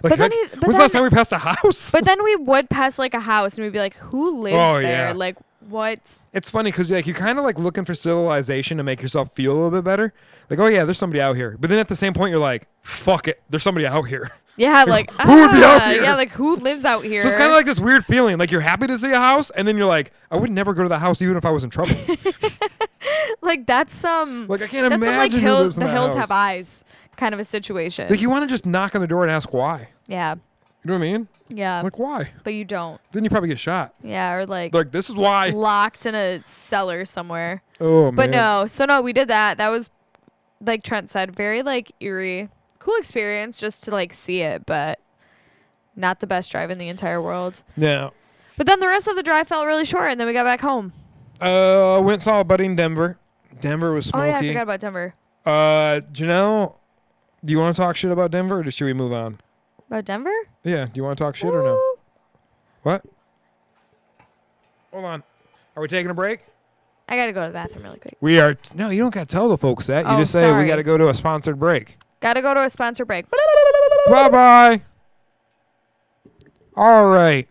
Speaker 2: But
Speaker 1: heck,
Speaker 2: then he- but
Speaker 1: when's the last
Speaker 2: then-
Speaker 1: time we passed a house?
Speaker 2: But then we would pass like a house and we'd be like, who lives
Speaker 1: Oh,
Speaker 2: there?
Speaker 1: yeah.
Speaker 2: Like what?
Speaker 1: [laughs] it's funny because like you're kind of like looking for civilization to make yourself feel a little bit better. Like, oh yeah, there's somebody out here. But then at the same point, you're like, fuck it, there's somebody out here. [laughs]
Speaker 2: Yeah, like
Speaker 1: Who would be out
Speaker 2: ah,
Speaker 1: here?
Speaker 2: Yeah, like who lives out here?
Speaker 1: So it's kind of like this weird feeling. Like you're happy to see a house, and then you're like, I would never go to the house even if I was in
Speaker 2: [laughs]
Speaker 1: trouble.
Speaker 2: Like, that's some
Speaker 1: like I can't
Speaker 2: that's
Speaker 1: imagine
Speaker 2: some like
Speaker 1: who
Speaker 2: hills
Speaker 1: lives in
Speaker 2: the
Speaker 1: that
Speaker 2: hills
Speaker 1: house.
Speaker 2: have eyes kind of a situation.
Speaker 1: Like you want to just knock on the door and ask why.
Speaker 2: yeah.
Speaker 1: You know what I mean?
Speaker 2: Yeah.
Speaker 1: Like why?
Speaker 2: but you don't.
Speaker 1: Then you probably get shot.
Speaker 2: Yeah, or like
Speaker 1: Like this is why.
Speaker 2: locked in a cellar somewhere.
Speaker 1: Oh
Speaker 2: But
Speaker 1: man.
Speaker 2: no, so no, we did that. That was like Trent said, very like eerie, cool experience just to like see it, but not the best drive in the entire world.
Speaker 1: No.
Speaker 2: But then the rest of the drive felt really short, and then we got back home.
Speaker 1: Uh, went and saw a buddy in Denver. Denver was
Speaker 2: Oh
Speaker 1: smoky.
Speaker 2: yeah, I forgot about Denver.
Speaker 1: Uh, Janelle, do you want to talk shit about Denver, or should we move on?
Speaker 2: About Denver?
Speaker 1: Yeah. Do you want to talk shit or no?
Speaker 2: Woo.
Speaker 1: What? Hold on. Are we taking a break?
Speaker 2: I gotta go to the bathroom really quick.
Speaker 1: We are. No, you don't got to tell the folks that. You
Speaker 2: Oh,
Speaker 1: just say
Speaker 2: sorry.
Speaker 1: we got to go to a sponsored break.
Speaker 2: Gotta go to a sponsor break.
Speaker 1: bye bye. All right.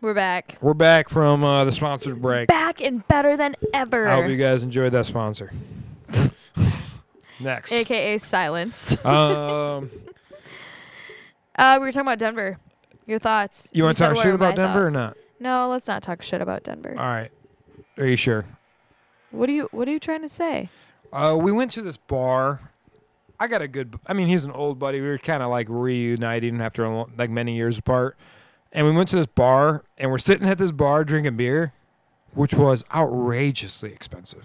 Speaker 2: We're back.
Speaker 1: We're back from uh, the sponsored break.
Speaker 2: Back and better than
Speaker 1: I hope you
Speaker 2: ever.
Speaker 1: guys enjoyed that sponsor. [laughs] Next.
Speaker 2: AKA silence.
Speaker 1: um,
Speaker 2: Uh, we were talking about Denver. Your thoughts.
Speaker 1: you want to
Speaker 2: said
Speaker 1: talk
Speaker 2: what
Speaker 1: shit
Speaker 2: were my
Speaker 1: about Denver
Speaker 2: thoughts.
Speaker 1: or not?
Speaker 2: No, let's not talk shit about Denver. [laughs]
Speaker 1: All right. Are you sure?
Speaker 2: What are you What are you trying to say?
Speaker 1: Uh, we went to this bar. I got a good. I mean, he's an old buddy. We were kind of like reuniting after a lo- like many years apart, and we went to this bar and we're sitting at this bar drinking beer, which was outrageously expensive.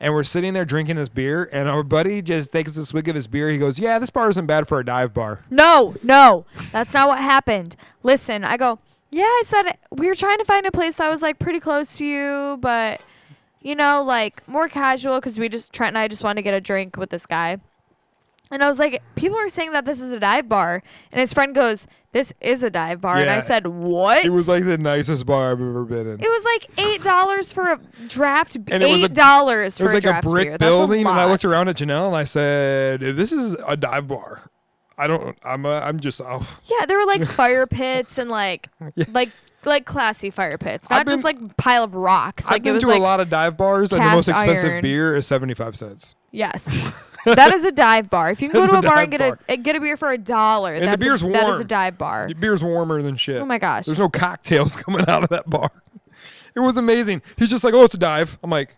Speaker 1: And we're sitting there drinking this beer, and our buddy just takes a swig of his beer. He goes, "Yeah, this bar isn't bad for a dive bar."
Speaker 2: No, no, that's not what happened. Listen, I go. Yeah, I said it. we were trying to find a place that was like pretty close to you, but you know, like more casual because we just Trent and I just wanted to get a drink with this guy. And I was like, people are saying that this is a dive bar, and his friend goes, "This is a dive bar," and I
Speaker 1: Yeah.
Speaker 2: said, "What?"
Speaker 1: It was like the nicest bar I've ever been in.
Speaker 2: It was like eight dollars for a draft. b-
Speaker 1: And it was a-
Speaker 2: Eight dollars
Speaker 1: It was
Speaker 2: for a
Speaker 1: like a
Speaker 2: draft
Speaker 1: brick
Speaker 2: beer. That's
Speaker 1: building,
Speaker 2: a
Speaker 1: and I looked
Speaker 2: lot.
Speaker 1: around at Janelle and I said, "If "This is a dive bar." I don't. I'm. A, I'm just. Oh.
Speaker 2: Yeah, there were
Speaker 1: [laughs]
Speaker 2: like fire pits and like
Speaker 1: Yeah.
Speaker 2: like like classy fire pits,
Speaker 1: I've
Speaker 2: not just
Speaker 1: been-
Speaker 2: like pile of rocks. Like
Speaker 1: I've been
Speaker 2: it was
Speaker 1: to
Speaker 2: like
Speaker 1: a lot of dive bars, and the most
Speaker 2: cast
Speaker 1: expensive
Speaker 2: iron.
Speaker 1: beer is seventy-five cents. [laughs]
Speaker 2: yes. that is a dive bar. If you can go
Speaker 1: That's
Speaker 2: to a
Speaker 1: a
Speaker 2: bar
Speaker 1: dive
Speaker 2: and get
Speaker 1: bar.
Speaker 2: a and get a beer for a dollar,
Speaker 1: the
Speaker 2: that's
Speaker 1: beer's
Speaker 2: a, that is a
Speaker 1: warm.
Speaker 2: dive bar.
Speaker 1: The beer's warmer than shit.
Speaker 2: Oh my gosh.
Speaker 1: There's no cocktails [laughs] coming out of that bar. It was amazing. He's just like, "Oh, it's a dive." I'm like,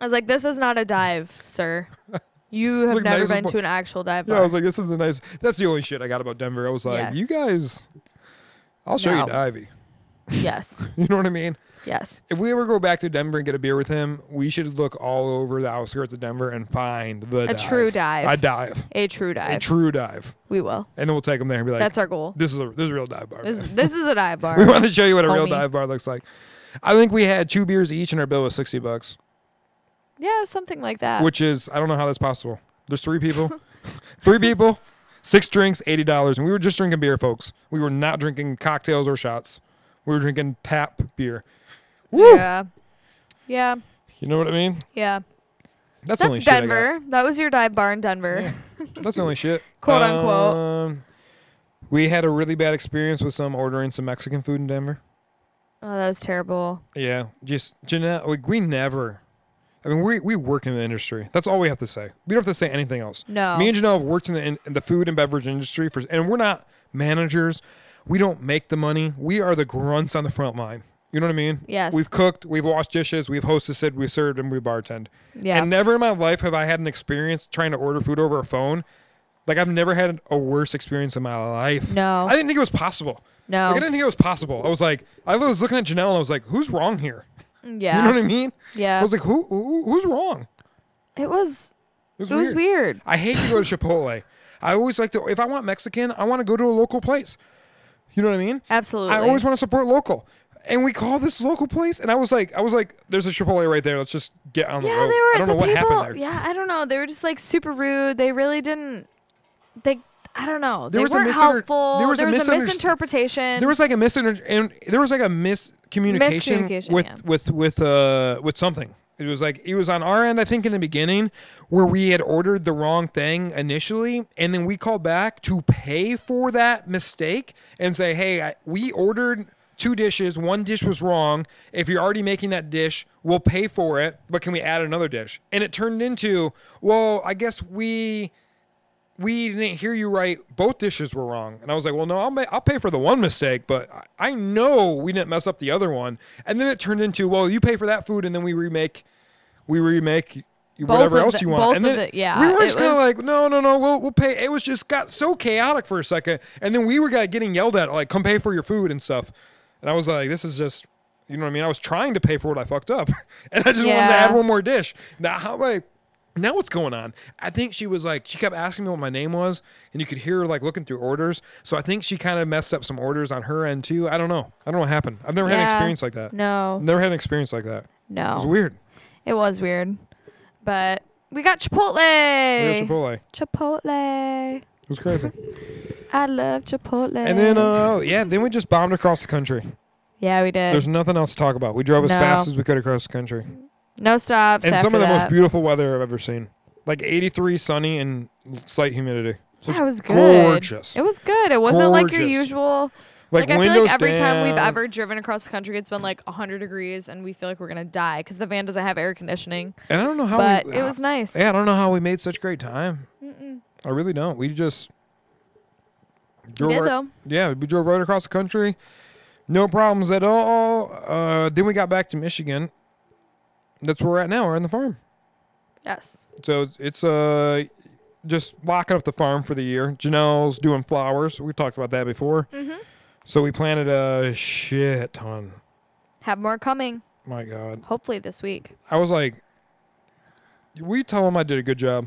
Speaker 2: I was like, this is not a dive,
Speaker 1: [laughs]
Speaker 2: sir. You have
Speaker 1: like
Speaker 2: never
Speaker 1: nicest
Speaker 2: been
Speaker 1: bar-
Speaker 2: to an actual dive
Speaker 1: "Yeah."
Speaker 2: bar.
Speaker 1: I was like, "This is the nice." That's the only shit I got about Denver. I was like,
Speaker 2: Yes.
Speaker 1: "You guys, I'll show
Speaker 2: No.
Speaker 1: you divey." [laughs]
Speaker 2: yes,
Speaker 1: You know what I mean?
Speaker 2: yes.
Speaker 1: If we ever go back to Denver and get a beer with him, we should look all over the outskirts of Denver and find the a
Speaker 2: true dive.
Speaker 1: a dive,
Speaker 2: A true dive.
Speaker 1: a true dive,
Speaker 2: we will.
Speaker 1: and then we'll take him there and be like,
Speaker 2: That's
Speaker 1: [laughs]
Speaker 2: our goal.
Speaker 1: "This is a this is a real dive bar."
Speaker 2: This,
Speaker 1: [laughs] man.
Speaker 2: this is a dive bar.
Speaker 1: We wanted to show you what a real
Speaker 2: Homie.
Speaker 1: dive bar looks like. I think we had two beers each, and our bill was sixty bucks,
Speaker 2: Yeah, something like that.
Speaker 1: which is I don't know how that's possible. There's three
Speaker 2: [laughs]
Speaker 1: people, three people, six drinks, eighty dollars, and we were just drinking beer, folks. We were not drinking cocktails or shots. We were drinking tap beer. Woo!
Speaker 2: yeah. Yeah.
Speaker 1: You know what I mean?
Speaker 2: Yeah.
Speaker 1: That's, the only
Speaker 2: That's Denver. That was your dive bar in Denver.
Speaker 1: shit. I got. That's the only shit.
Speaker 2: [laughs] Quote, unquote.
Speaker 1: Um, we had a really bad experience with some ordering some Mexican food in Denver.
Speaker 2: Oh, that was terrible.
Speaker 1: Yeah, just Janelle. Like we never. I mean, we we work in the industry. That's all we have to say. We don't have to say anything else.
Speaker 2: No.
Speaker 1: Me and Janelle have worked in the in, the food and beverage industry for, and we're not managers. We don't make the money. We are the grunts on the front line. You know what I mean?
Speaker 2: Yes.
Speaker 1: We've cooked, we've washed dishes, we've hostessed, we've served, and we bartend.
Speaker 2: Yeah.
Speaker 1: And never in my life have I had an experience trying to order food over a phone. Like I've never had a worse experience in my life.
Speaker 2: No.
Speaker 1: I didn't think it was possible. Like, I
Speaker 2: no.
Speaker 1: didn't think it was possible. I was like, I was looking at Janelle and I was like, who's wrong here? [laughs]
Speaker 2: Yeah.
Speaker 1: You know what I mean?
Speaker 2: Mm, Yeah.
Speaker 1: I was like, who, who who's wrong?
Speaker 2: it was
Speaker 1: It was,
Speaker 2: it was
Speaker 1: weird.
Speaker 2: weird.
Speaker 1: I hate to go to Chipotle. I always like to if I want Mexican, I want to go to a local place. You know what I mean?
Speaker 2: Absolutely.
Speaker 1: I always want to support local. and we called this local place, and I was like, I was like, there's a Chipotle right there. Let's just get on the
Speaker 2: Yeah,
Speaker 1: road.
Speaker 2: they were
Speaker 1: I don't know
Speaker 2: the
Speaker 1: what
Speaker 2: people.
Speaker 1: happened there.
Speaker 2: Yeah, I don't know. They were just like super rude. They really didn't. They, I don't know.
Speaker 1: There
Speaker 2: they
Speaker 1: was a
Speaker 2: weren't
Speaker 1: misunder-
Speaker 2: helpful.
Speaker 1: there was a misunderst-
Speaker 2: misinterpretation.
Speaker 1: There was like a misunderstanding. and there was like a miscommunication,
Speaker 2: Miscommunication,
Speaker 1: with
Speaker 2: yeah.
Speaker 1: with with uh with something. It was like it was on our end, I think, in the beginning, where we had ordered the wrong thing initially, and then we called back to pay for that mistake and say, "Hey, I, we ordered two dishes. One dish was wrong. If you're already making that dish, we'll pay for it, but can we add another dish?" And it turned into, "Well, I guess we." we didn't hear you right. Both dishes were wrong. And I was like, well, no, I'll, ma- I'll pay for the one mistake, but I- I know we didn't mess up the other one. And then it turned into, well, you pay for that food and then we remake, we remake whatever
Speaker 2: of
Speaker 1: else
Speaker 2: the-
Speaker 1: you want.
Speaker 2: both
Speaker 1: and
Speaker 2: of
Speaker 1: then
Speaker 2: the- yeah,
Speaker 1: we were
Speaker 2: it
Speaker 1: just kind of
Speaker 2: was-
Speaker 1: like, no, no, no, we'll, we'll pay. It was just got so chaotic for a second. And then we were got- getting yelled at, like, come pay for your food and stuff. And I was like, this is just, you know what I mean? I was trying to pay for what I fucked up. [laughs] And I just wanted to
Speaker 2: Yeah.
Speaker 1: add one more dish. Now, how, like, now what's going on? I think she was like, she kept asking me what my name was, and you could hear her like looking through orders. So I think she kind of messed up some orders on her end too. I don't know. I don't know what happened. I've never had an
Speaker 2: Yeah. Oh.
Speaker 1: experience like that.
Speaker 2: no,
Speaker 1: Never had an experience like that. It was
Speaker 2: no.
Speaker 1: weird.
Speaker 2: It was weird, but we got Chipotle.
Speaker 1: Weird Chipotle. It
Speaker 2: Chipotle.
Speaker 1: was crazy.
Speaker 2: [laughs] I love Chipotle.
Speaker 1: and then, uh, yeah, then we just bombed across the country.
Speaker 2: yeah, we did.
Speaker 1: There's nothing else to talk about. We drove as
Speaker 2: No.
Speaker 1: fast as we could across the country.
Speaker 2: no stops.
Speaker 1: and
Speaker 2: after
Speaker 1: some of the
Speaker 2: that.
Speaker 1: most beautiful weather I've ever seen. Like 83 sunny and slight humidity. It
Speaker 2: Yeah, it was good.
Speaker 1: gorgeous.
Speaker 2: It was good. It wasn't like your
Speaker 1: Gorgeous.
Speaker 2: usual. Like, I feel
Speaker 1: windows
Speaker 2: like every time we've
Speaker 1: down.
Speaker 2: ever driven across the country, it's been like 100 degrees, and we feel like we're gonna die because the van doesn't have air conditioning.
Speaker 1: And I don't know how
Speaker 2: But
Speaker 1: we, uh,
Speaker 2: it was nice.
Speaker 1: Yeah, I don't know how we made such great time.
Speaker 2: Mm-mm.
Speaker 1: I really don't. We just
Speaker 2: We
Speaker 1: drove
Speaker 2: did
Speaker 1: right,
Speaker 2: though.
Speaker 1: yeah, we drove right across the country. No problems at all. Uh, then we got back to Michigan. That's where we're at now. We're on the farm.
Speaker 2: Yes.
Speaker 1: So it's- it's uh just locking up the farm for the year. Janelle's doing flowers. We've talked about that before.
Speaker 2: Mm-hmm.
Speaker 1: So we planted a shit ton.
Speaker 2: Have more coming.
Speaker 1: My God.
Speaker 2: Hopefully this week.
Speaker 1: I was like, we tell them I did a good job.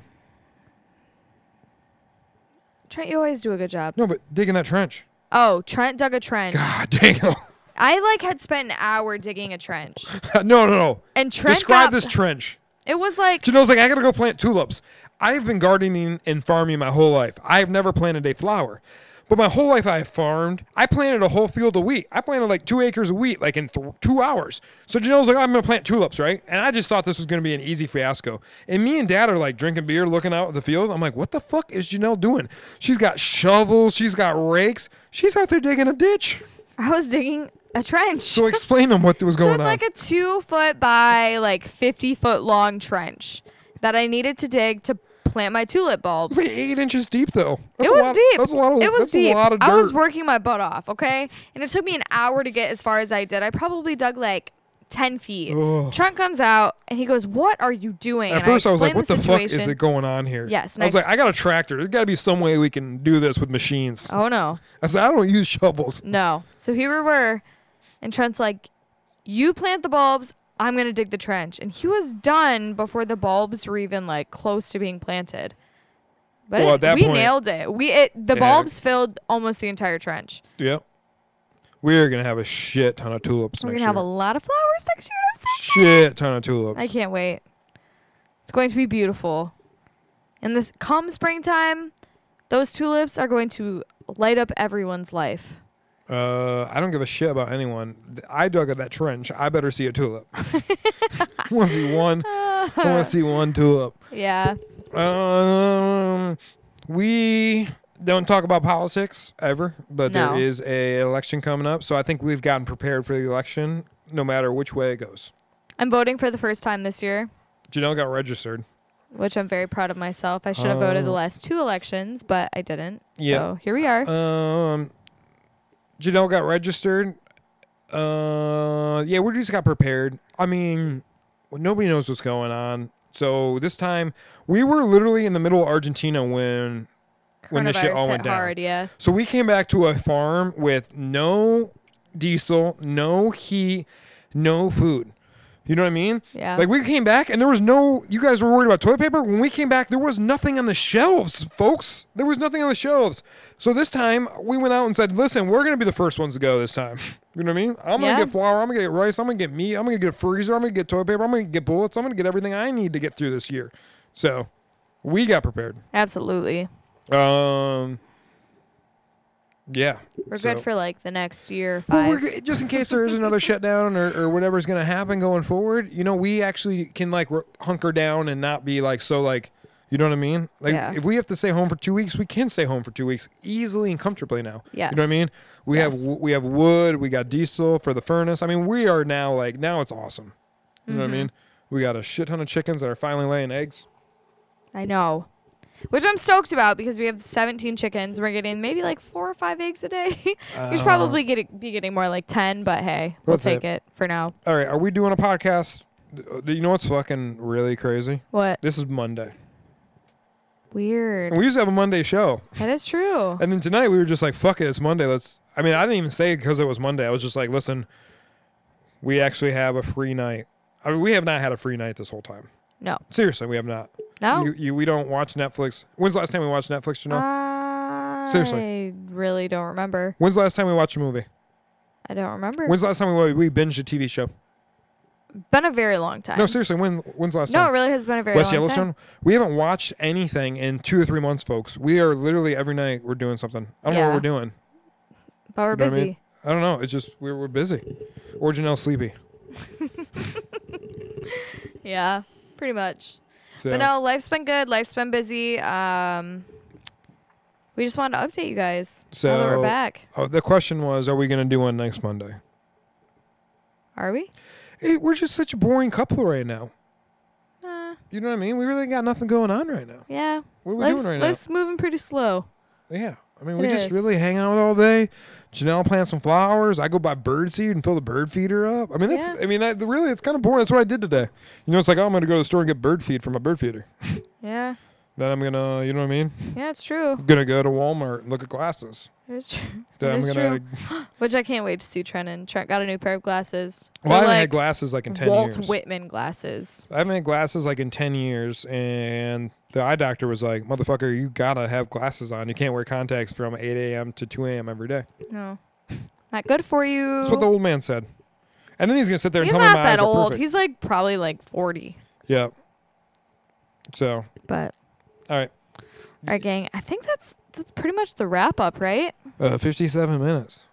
Speaker 2: Trent, you always do a good job.
Speaker 1: No, but digging that trench. [laughs]
Speaker 2: Oh, Trent dug a trench.
Speaker 1: God damn.
Speaker 2: I like had spent an hour digging a trench,
Speaker 1: [laughs] no, no, no.
Speaker 2: and Trent
Speaker 1: Describe
Speaker 2: got,
Speaker 1: this trench.
Speaker 2: It was like
Speaker 1: Janelle's like, I gotta go plant tulips. I've been gardening and farming my whole life. I've never planted a flower. But my whole life I have farmed. I planted a whole field of wheat. I planted like two acres of wheat like in th- two hours. So Janelle's like, I'm gonna plant tulips, right? And I just thought this was gonna be an easy fiasco. And me and dad are like drinking beer, looking out at the field. I'm like, what the fuck is Janelle doing? She's got shovels, she's got rakes, she's out there digging a ditch.
Speaker 2: I was digging a trench.
Speaker 1: So explain them what was
Speaker 2: So
Speaker 1: going
Speaker 2: it's
Speaker 1: on.
Speaker 2: like a two foot by like 50 foot long trench that I needed to dig to plant my tulip bulbs.
Speaker 1: It's like eight inches deep, though. That's
Speaker 2: it
Speaker 1: a
Speaker 2: was
Speaker 1: lot,
Speaker 2: deep.
Speaker 1: That's a lot of.
Speaker 2: it was
Speaker 1: that's
Speaker 2: deep.
Speaker 1: A lot of dirt.
Speaker 2: I was working my butt off, okay? And it took me an hour to get as far as I did. I probably dug like 10 feet.
Speaker 1: Ugh.
Speaker 2: Trunk comes out and he goes, What are you doing?
Speaker 1: At
Speaker 2: and
Speaker 1: first, I, was like,
Speaker 2: explained
Speaker 1: "What the, fuck is
Speaker 2: situation.
Speaker 1: it going on here?"
Speaker 2: Yes, and
Speaker 1: I was
Speaker 2: I
Speaker 1: like, "I got a tractor. There's got to be some way we can do this with machines."
Speaker 2: Oh, no.
Speaker 1: I said, "I don't use shovels."
Speaker 2: No. So here we were, and Trent's like, "You plant the bulbs. I'm gonna dig the trench." And he was done before the bulbs were even like close to being planted. But
Speaker 1: Well,
Speaker 2: it-
Speaker 1: at that
Speaker 2: we
Speaker 1: point-
Speaker 2: nailed it. We it, the
Speaker 1: Yeah.
Speaker 2: bulbs filled almost the entire trench.
Speaker 1: Yep. We're gonna have a shit ton of tulips.
Speaker 2: We're
Speaker 1: next
Speaker 2: gonna have a
Speaker 1: year.
Speaker 2: lot of flowers next year. I'm so
Speaker 1: shit ton of tulips.
Speaker 2: I can't wait. It's going to be beautiful. And this come springtime, those tulips are going to light up
Speaker 1: [laughs]
Speaker 2: everyone's life.
Speaker 1: uh, I don't give a shit about anyone. Th- I dug at that trench. I better see a
Speaker 2: [laughs]
Speaker 1: tulip. [laughs] I want to see one. I want to see one tulip.
Speaker 2: Yeah.
Speaker 1: Um, we don't talk about politics ever, but
Speaker 2: No.
Speaker 1: there is a election coming up, so I think we've gotten prepared for the election, no matter which way it goes.
Speaker 2: I'm voting for the first time this year.
Speaker 1: Janelle got registered.
Speaker 2: which I'm very proud of myself. I should have voted the
Speaker 1: Oh.
Speaker 2: last two elections, but I didn't.
Speaker 1: Yeah.
Speaker 2: So here we are.
Speaker 1: Um, Janelle got registered. Uh, yeah, we just got prepared. I mean, well, nobody knows what's going on. So this time, we were literally in the middle of Argentina when when this shit
Speaker 2: Coronavirus
Speaker 1: all
Speaker 2: hit
Speaker 1: went down.
Speaker 2: hard, yeah.
Speaker 1: So we came back to a farm with no diesel, no heat, no food. You know what I mean?
Speaker 2: Yeah.
Speaker 1: Like we came back and there was no. You guys were worried about toilet paper. When we came back, there was nothing on the shelves, folks. There was nothing on the shelves. So this time we went out and said, "Listen, we're gonna be the first ones to go this time." [laughs] You know what I mean? I'm gonna
Speaker 2: Yeah.
Speaker 1: get flour. I'm gonna get rice. I'm gonna get meat. I'm gonna get a freezer. I'm gonna get toilet paper. I'm gonna get bullets. I'm gonna get everything I need to get through this year. So we got prepared.
Speaker 2: Absolutely.
Speaker 1: Um. Yeah.
Speaker 2: We're
Speaker 1: so-
Speaker 2: good for like the next year,
Speaker 1: well, we're
Speaker 2: five.
Speaker 1: g- just in case there is another shutdown or, or whatever's going to happen going forward, you know, we actually can like r hunker down and not be like so like, you know what I mean? Like
Speaker 2: Yeah.
Speaker 1: if we have to stay home for two weeks, we can stay home for two weeks easily and comfortably now.
Speaker 2: Yes.
Speaker 1: You know what I mean? We have
Speaker 2: Yes.
Speaker 1: w- we have wood, we got diesel for the furnace. I mean, we are now like now it's awesome. You know what I
Speaker 2: Mm-hmm.
Speaker 1: mean? We got a shit ton of chickens that are finally laying eggs.
Speaker 2: I know. Which I'm stoked about because we have 17 chickens. We're getting maybe like four or five eggs a day. [laughs] we
Speaker 1: Uh,
Speaker 2: should probably get, be getting more like 10, but hey, we'll
Speaker 1: That's
Speaker 2: take it. for now.
Speaker 1: All right, are we doing a podcast? Uh, You know what's fucking really crazy?
Speaker 2: What?
Speaker 1: This is Monday.
Speaker 2: Weird.
Speaker 1: And we used to have a Monday show.
Speaker 2: That is true.
Speaker 1: And then tonight we were just like, fuck it, it's Monday. Let's. I mean, I didn't even say it because it was Monday. I was just like, listen, we actually have a free night. I mean, we have not had a free night this whole time.
Speaker 2: No.
Speaker 1: Seriously, we have not.
Speaker 2: No?
Speaker 1: You, you, we don't watch Netflix. When's the last time we watched Netflix, Janelle?
Speaker 2: Uh. I
Speaker 1: Seriously.
Speaker 2: really don't remember.
Speaker 1: When's the last time we watched a movie?
Speaker 2: I don't remember.
Speaker 1: When's the last time we, we binged a TV show?
Speaker 2: been a very long time.
Speaker 1: No, seriously, when when's the last
Speaker 2: No, it
Speaker 1: time?
Speaker 2: really has been a very
Speaker 1: West
Speaker 2: long
Speaker 1: Yellowstone.
Speaker 2: time.
Speaker 1: We haven't watched anything in two or three months, folks. We are literally every night we're doing something. I don't know
Speaker 2: Yeah.
Speaker 1: what we're doing.
Speaker 2: But we're
Speaker 1: You know what I
Speaker 2: busy.
Speaker 1: mean? I don't know. It's just we're, we're busy. Or Janelle's sleepy.
Speaker 2: Yeah, pretty much.
Speaker 1: So.
Speaker 2: But uh, no, life's been good. Life's been busy. Um, we just wanted to update you guys. now that
Speaker 1: So-
Speaker 2: we're back,
Speaker 1: Oh, the question was, are we going to do one next Monday?
Speaker 2: are we?
Speaker 1: Hey, we're just such a boring couple right now.
Speaker 2: Uh,
Speaker 1: You know what I mean? We really got nothing going on right now.
Speaker 2: yeah.
Speaker 1: What are we
Speaker 2: Life's,
Speaker 1: doing right
Speaker 2: life's moving pretty slow.
Speaker 1: now? Yeah. I mean,
Speaker 2: It
Speaker 1: we just
Speaker 2: is.
Speaker 1: really hang out all day. Janelle plants some flowers. I go buy bird seed and fill the bird feeder up. I mean, that's.
Speaker 2: Yeah.
Speaker 1: I mean, that really, it's kind of boring. That's what I did today. You know, it's like, oh, I'm going to go to the store and get bird feed for my bird feeder.
Speaker 2: Yeah,
Speaker 1: Then I'm going to, you know what I mean?
Speaker 2: yeah, it's true.
Speaker 1: going to go to Walmart and look at glasses.
Speaker 2: It's true. [laughs]
Speaker 1: Then
Speaker 2: It
Speaker 1: I'm
Speaker 2: is
Speaker 1: gonna.
Speaker 2: Which I can't wait to see Trent in. Trent got a new pair of glasses.
Speaker 1: Well, I
Speaker 2: They're
Speaker 1: haven't
Speaker 2: like
Speaker 1: had glasses like in ten
Speaker 2: Walt
Speaker 1: years.
Speaker 2: Whitman glasses.
Speaker 1: I haven't had glasses like in 10 years, and the eye doctor was like, Motherfucker, you gotta have glasses on. You can't wear contacts from 8 a.m. to 2 a.m. every day.
Speaker 2: No, not good for you.
Speaker 1: That's what the old man said. And then he's gonna sit there
Speaker 2: He's
Speaker 1: and tell me
Speaker 2: not
Speaker 1: my eyes
Speaker 2: that
Speaker 1: are
Speaker 2: old.
Speaker 1: perfect.
Speaker 2: He's like probably like forty.
Speaker 1: yeah. So,
Speaker 2: But
Speaker 1: all right.
Speaker 2: all right, gang. I think that's that's pretty much the wrap up, right?
Speaker 1: Uh, 57 minutes.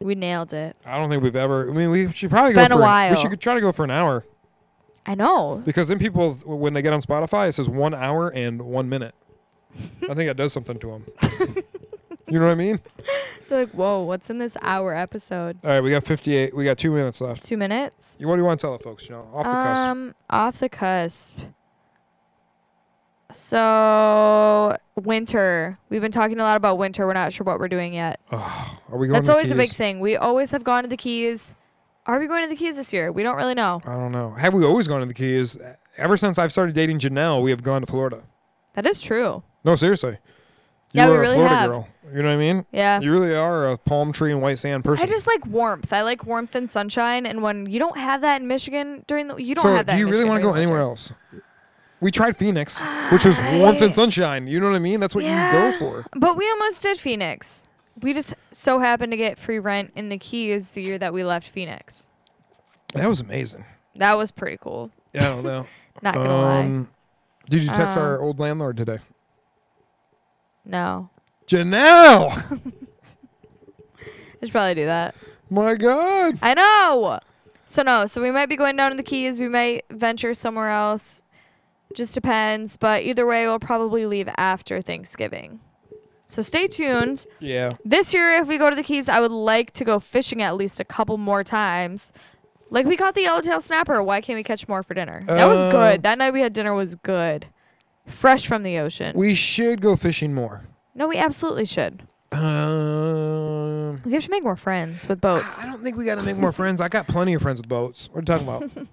Speaker 2: We nailed it.
Speaker 1: I don't think we've ever. I mean, we should probably
Speaker 2: It's
Speaker 1: go
Speaker 2: been a
Speaker 1: for an-
Speaker 2: while.
Speaker 1: we should try to go for an hour
Speaker 2: I know.
Speaker 1: because then people, when they get on Spotify, it says one hour and one
Speaker 2: [laughs]
Speaker 1: minute. I think that does something to them. you know what I mean?
Speaker 2: They're like, whoa, what's in this hour episode?
Speaker 1: All right, we got 58. We got two minutes left.
Speaker 2: Two minutes?
Speaker 1: What do you want to tell the folks? You know, off the cusp.
Speaker 2: um, off the cusp. So winter. We've been talking a lot about winter. We're not sure what we're doing yet.
Speaker 1: Are we going?
Speaker 2: Uh, That's
Speaker 1: to the
Speaker 2: always a big
Speaker 1: Keys?
Speaker 2: thing. We always have gone to the keys. Are we going to the keys this year? We don't really know.
Speaker 1: I don't know. Have we always gone to the Keys? Ever since I've started dating Janelle, we have gone to Florida.
Speaker 2: That is true.
Speaker 1: No, seriously. You
Speaker 2: Yeah, we
Speaker 1: are
Speaker 2: really
Speaker 1: a Florida
Speaker 2: have.
Speaker 1: girl. You know what I mean?
Speaker 2: Yeah.
Speaker 1: You really are a palm tree and white sand person.
Speaker 2: I just like warmth. I like warmth and sunshine. And when you don't have that in Michigan during the, you don't
Speaker 1: so
Speaker 2: have that.
Speaker 1: do you
Speaker 2: in
Speaker 1: really
Speaker 2: want to
Speaker 1: go anywhere else? We tried
Speaker 2: [gasps]
Speaker 1: Phoenix, which was warmth and sunshine. You know what I mean? That's what you go
Speaker 2: Yeah.
Speaker 1: for.
Speaker 2: But we almost did Phoenix. We just so happened to get free rent in the Keys the year that we left Phoenix.
Speaker 1: That was amazing.
Speaker 2: That was pretty cool.
Speaker 1: Yeah, I don't know.
Speaker 2: [laughs] Not gonna lie.
Speaker 1: um, Did you text
Speaker 2: Um,
Speaker 1: our old landlord today?
Speaker 2: No,
Speaker 1: Janelle! [laughs]
Speaker 2: I should probably do that.
Speaker 1: My God.
Speaker 2: I know. So no. So we might be going down to the Keys. We might venture somewhere else. Just depends. But either way, we'll probably leave after Thanksgiving. So stay tuned.
Speaker 1: Yeah.
Speaker 2: This year, if we go to the Keys, I would like to go fishing at least a couple more times. Like we caught the yellowtail snapper. Why can't we catch more for dinner? That was
Speaker 1: Uh,
Speaker 2: good. That night we had dinner was good, fresh from the ocean.
Speaker 1: We should go fishing more.
Speaker 2: no, we absolutely should.
Speaker 1: Um,
Speaker 2: We have to make more friends with
Speaker 1: [sighs]
Speaker 2: boats.
Speaker 1: I don't think we got to make more friends. I got plenty of friends with boats. What are you talking
Speaker 2: [laughs]
Speaker 1: about?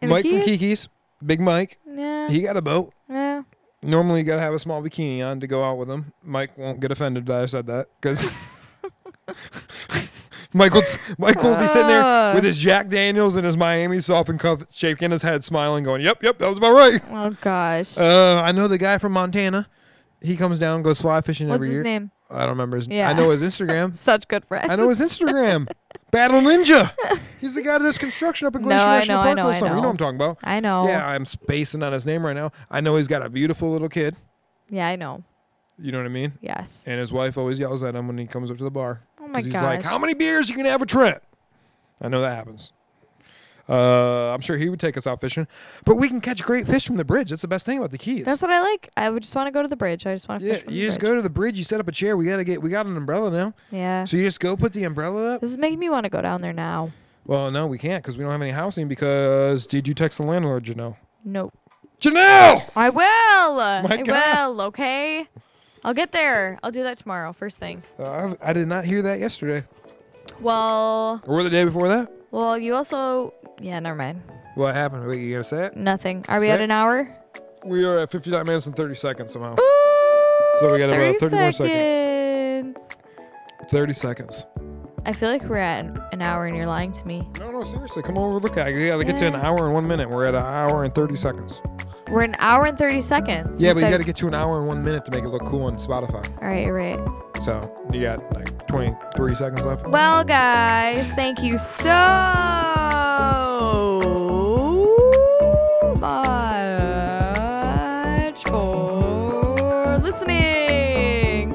Speaker 2: In the
Speaker 1: Mike from
Speaker 2: Keys?
Speaker 1: Kiki's, Big Mike,
Speaker 2: Yeah,
Speaker 1: he got a boat.
Speaker 2: yeah.
Speaker 1: Normally, you got to have a small bikini
Speaker 2: [laughs]
Speaker 1: on to go out with him. [laughs] Mike won't get offended that I said that because Michael, [laughs] Michael will be sitting there
Speaker 2: Ah.
Speaker 1: with his Jack Daniels and his Miami softened cup, shaking his head, smiling, going, "Yep, yep, that was about right."
Speaker 2: Oh gosh.
Speaker 1: Uh, I know the guy from Montana. He comes down, goes fly fishing
Speaker 2: What's
Speaker 1: every
Speaker 2: his
Speaker 1: year.
Speaker 2: name?
Speaker 1: I don't remember his. I
Speaker 2: Yeah.
Speaker 1: know his
Speaker 2: [laughs]
Speaker 1: Instagram.
Speaker 2: Such good friends.
Speaker 1: I know his Instagram. Battle Ninja. He's the guy that does construction up in
Speaker 2: No,
Speaker 1: Glacier
Speaker 2: I
Speaker 1: National
Speaker 2: know, I
Speaker 1: Park
Speaker 2: know,
Speaker 1: all
Speaker 2: I
Speaker 1: summer. You know
Speaker 2: know. Oh.
Speaker 1: what I'm talking about.
Speaker 2: I know.
Speaker 1: Yeah, I'm spacing on his name right now. I know he's got a beautiful little kid.
Speaker 2: Yeah, I know.
Speaker 1: You know what I mean?
Speaker 2: Yes.
Speaker 1: And his wife always yells at him when he comes up to the bar.
Speaker 2: Oh
Speaker 1: 'Cause
Speaker 2: my
Speaker 1: he's
Speaker 2: gosh.
Speaker 1: like, How many beers you gonna have with Trent? I know that happens. Uh, I'm sure he would take us out fishing. But we can catch great fish from the bridge. That's the best thing about the keys.
Speaker 2: That's what I like. I would just want to go to the bridge. I just want to
Speaker 1: yeah,
Speaker 2: fish from
Speaker 1: you
Speaker 2: the
Speaker 1: just
Speaker 2: bridge.
Speaker 1: go to the bridge, you set up a chair, we gotta get we got an umbrella now.
Speaker 2: Yeah.
Speaker 1: So you just go put the umbrella up.
Speaker 2: This is making me want to go down there now.
Speaker 1: Well, no, we can't because we don't have any housing. Because did you text the landlord, Janelle?
Speaker 2: Nope.
Speaker 1: Janelle!
Speaker 2: I will. I
Speaker 1: God.
Speaker 2: will. Okay. I'll get there. I'll do that tomorrow, first thing.
Speaker 1: Uh, I I did not hear that yesterday
Speaker 2: Well,
Speaker 1: or the day before that.
Speaker 2: well, you also. Yeah, never mind.
Speaker 1: What happened? Wait, you gonna say it?
Speaker 2: Nothing. Are we
Speaker 1: Say
Speaker 2: at
Speaker 1: it.
Speaker 2: an hour?
Speaker 1: We are at 59 minutes and 30 seconds somehow.
Speaker 2: Ooh,
Speaker 1: So we got about 30 more
Speaker 2: seconds.
Speaker 1: 30 seconds.
Speaker 2: I feel like we're at an- an hour and you're lying to me.
Speaker 1: No, no, seriously, come over. Look, I gotta get to an
Speaker 2: Yeah.
Speaker 1: hour and one minute. We're at an hour and 30 seconds.
Speaker 2: We're an hour and 30 seconds.
Speaker 1: Yeah, but you
Speaker 2: said-
Speaker 1: gotta get to an hour and one minute to make it look cool on Spotify.
Speaker 2: All right, you're right.
Speaker 1: So you got like 23 seconds left.
Speaker 2: Well, guys, thank you so much for listening.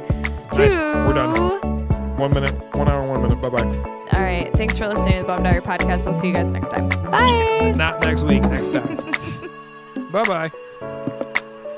Speaker 1: Nice.
Speaker 2: To
Speaker 1: We're done. One minute, one hour, and one minute. Bye bye.
Speaker 2: All right. Thanks for listening to the Bomb Diary podcast. We'll see you guys next time. Bye.
Speaker 1: [laughs] Not next week, next time. bye bye.